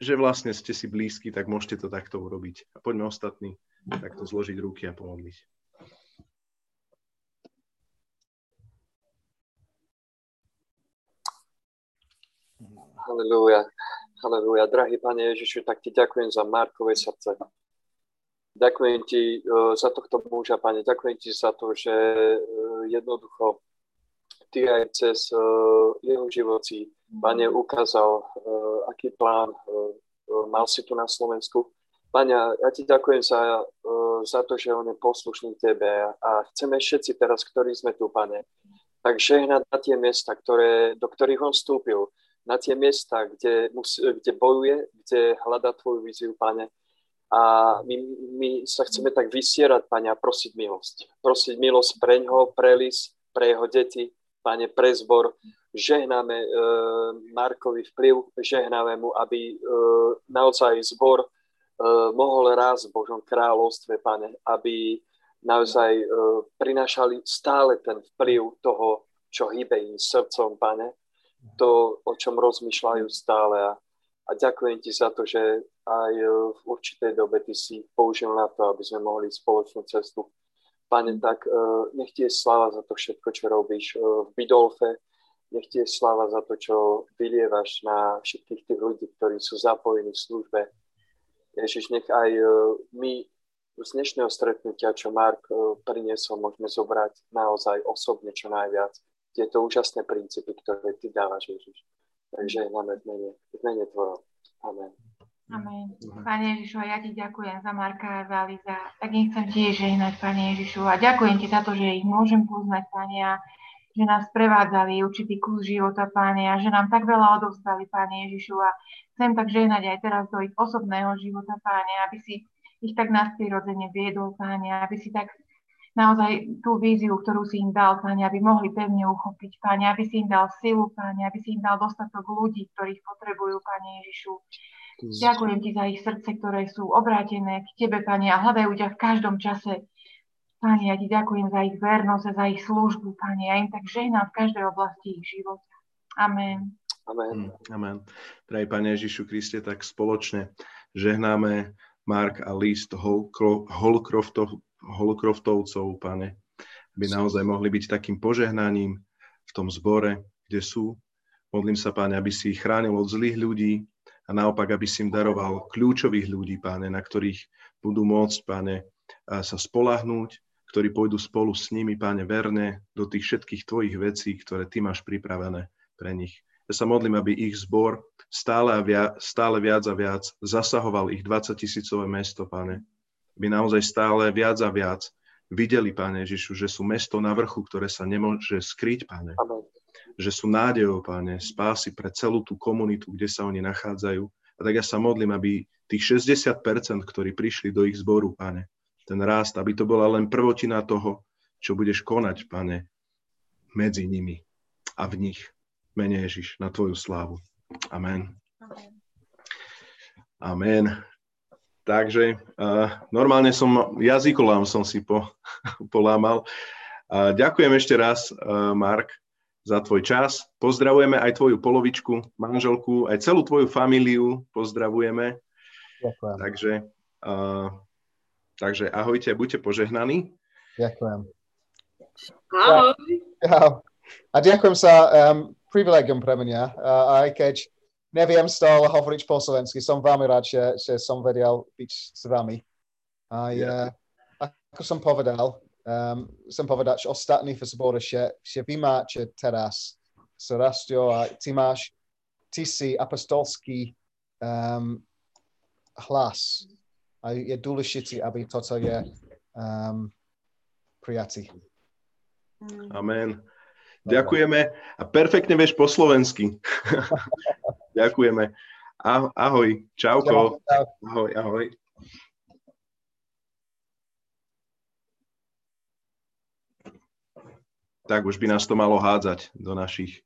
Speaker 2: že vlastne ste si blízki, tak môžete to takto urobiť. A poďme ostatní takto zložiť ruky a pomodliť.
Speaker 7: Halelúja, halelúja. Drahý Pane Ježišu, tak Ti ďakujem za Markové srdce. Ďakujem Ti eh, za tohto muža, Pane. Ďakujem Ti za to, že eh, jednoducho Ty aj cez eh, jeho život si, Pane, ukázal, eh, aký plán eh, eh, mal si tu na Slovensku. Pane, ja Ti ďakujem za, eh, za to, že on je poslušný Tebe a chceme všetci teraz, ktorí sme tu, Pane, tak žehnať na tie miesta, ktoré, do ktorých on vstúpil na tie miesta, kde, mus, kde bojuje, kde hľadá Tvoju víziu, Pane. A my, my sa chceme tak vysierať, Pane, a prosiť milosť. Prosiť milosť pre ňoho, pre Lis, pre jeho deti, Pane, pre zbor. Žehnáme e, Markovi vplyv, žehnáme mu, aby e, naozaj zbor e, mohol rásť v Božom kráľovstve, Pane, aby naozaj e, prinášali stále ten vplyv toho, čo hýbe im srdcom, Pane, to, o čom rozmýšľajú stále. A, a ďakujem ti za to, že aj v určitej dobe ty si použil na to, aby sme mohli spoločnú cestu. Pane, tak e, nech ti je sláva za to všetko, čo robíš e, v Bidolfe, nech ti je sláva za to, čo vylievaš na všetkých tých ľudí, ktorí sú zapojení v službe. Ježiš, nech aj e, my z dnešného stretnutia, čo Mark e, priniesol, môžeme zobrať naozaj osobne čo najviac tieto úžasné princípy, ktoré ty dávaš, Ježiš. Takže máme v mene, v mene tvojom. Amen.
Speaker 8: Amen. Pane Ježišu, ja ti ďakujem za Marka a za Liza. Tak im chcem tiež žehnať, Pane Ježišu. A ďakujem ti za to, že ich môžem poznať, Pane, a že nás prevádzali určitý kus života, Pane, a že nám tak veľa odovzdali, Pane Ježišu. A chcem tak žehnať aj teraz do ich osobného života, Pane, aby si ich tak nás prirodzene viedol, Pane, aby si tak naozaj tú víziu, ktorú si im dal, Pane, aby mohli pevne uchopiť, Pane, aby si im dal silu, Pane, aby si im dal dostatok ľudí, ktorých potrebujú, Pane Ježišu. Ďakujem Ti za ich srdce, ktoré sú obrátené k Tebe, Pane, a hľadajú ťa v každom čase. Pane, ja Ti ďakujem za ich vernosť a za ich službu, Pane, ja im tak žehnám v každej oblasti ich života. Amen.
Speaker 7: Amen.
Speaker 2: Amen. Drahý Pane Ježišu Kriste, tak spoločne žehnáme Mark a List Holcroftov, holkroftovcov, pane, aby naozaj mohli byť takým požehnaním v tom zbore, kde sú. Modlím sa, páne, aby si ich chránil od zlých ľudí a naopak, aby si im daroval kľúčových ľudí, páne, na ktorých budú môcť, páne, sa spolahnúť, ktorí pôjdu spolu s nimi, páne, verne do tých všetkých tvojich vecí, ktoré ty máš pripravené pre nich. Ja sa modlím, aby ich zbor stále, a via, stále viac a viac zasahoval ich 20 tisícové mesto, páne, by naozaj stále viac a viac videli, Pane Ježišu, že sú mesto na vrchu, ktoré sa nemôže skryť, Pane.
Speaker 7: Amen.
Speaker 2: Že sú nádejou, Pane, spásy pre celú tú komunitu, kde sa oni nachádzajú. A tak ja sa modlím, aby tých 60%, ktorí prišli do ich zboru, Pane, ten rást, aby to bola len prvotina toho, čo budeš konať, Pane, medzi nimi a v nich. Mene Ježiš, na Tvoju slávu. Amen. Amen. Takže uh, normálne som jazykolám som si po, polámal. Uh, ďakujem ešte raz, uh, Mark, za tvoj čas. Pozdravujeme aj tvoju polovičku, manželku, aj celú tvoju familiu pozdravujeme.
Speaker 3: Ďakujem.
Speaker 2: Takže, uh, takže ahojte, buďte požehnaní.
Speaker 3: Ďakujem.
Speaker 9: Ahoj.
Speaker 3: Čau. A ďakujem za um, privilegium pre mňa. Uh, aj keď neviem stále hovoriť po slovensky. Som veľmi rád, že, že som vedel byť s vami. A ja, ako som povedal, um, som povedal, že ostatní v zbore, že, že vy máte teraz s Rastio a ty máš, ty si apostolský um, hlas. A je dôležité, aby toto je um, prijatý.
Speaker 2: Amen. Ďakujeme a perfektne vieš po slovensky. Ďakujeme. Ahoj, čauko. Ahoj, ahoj. Tak už by nás to malo hádzať do našich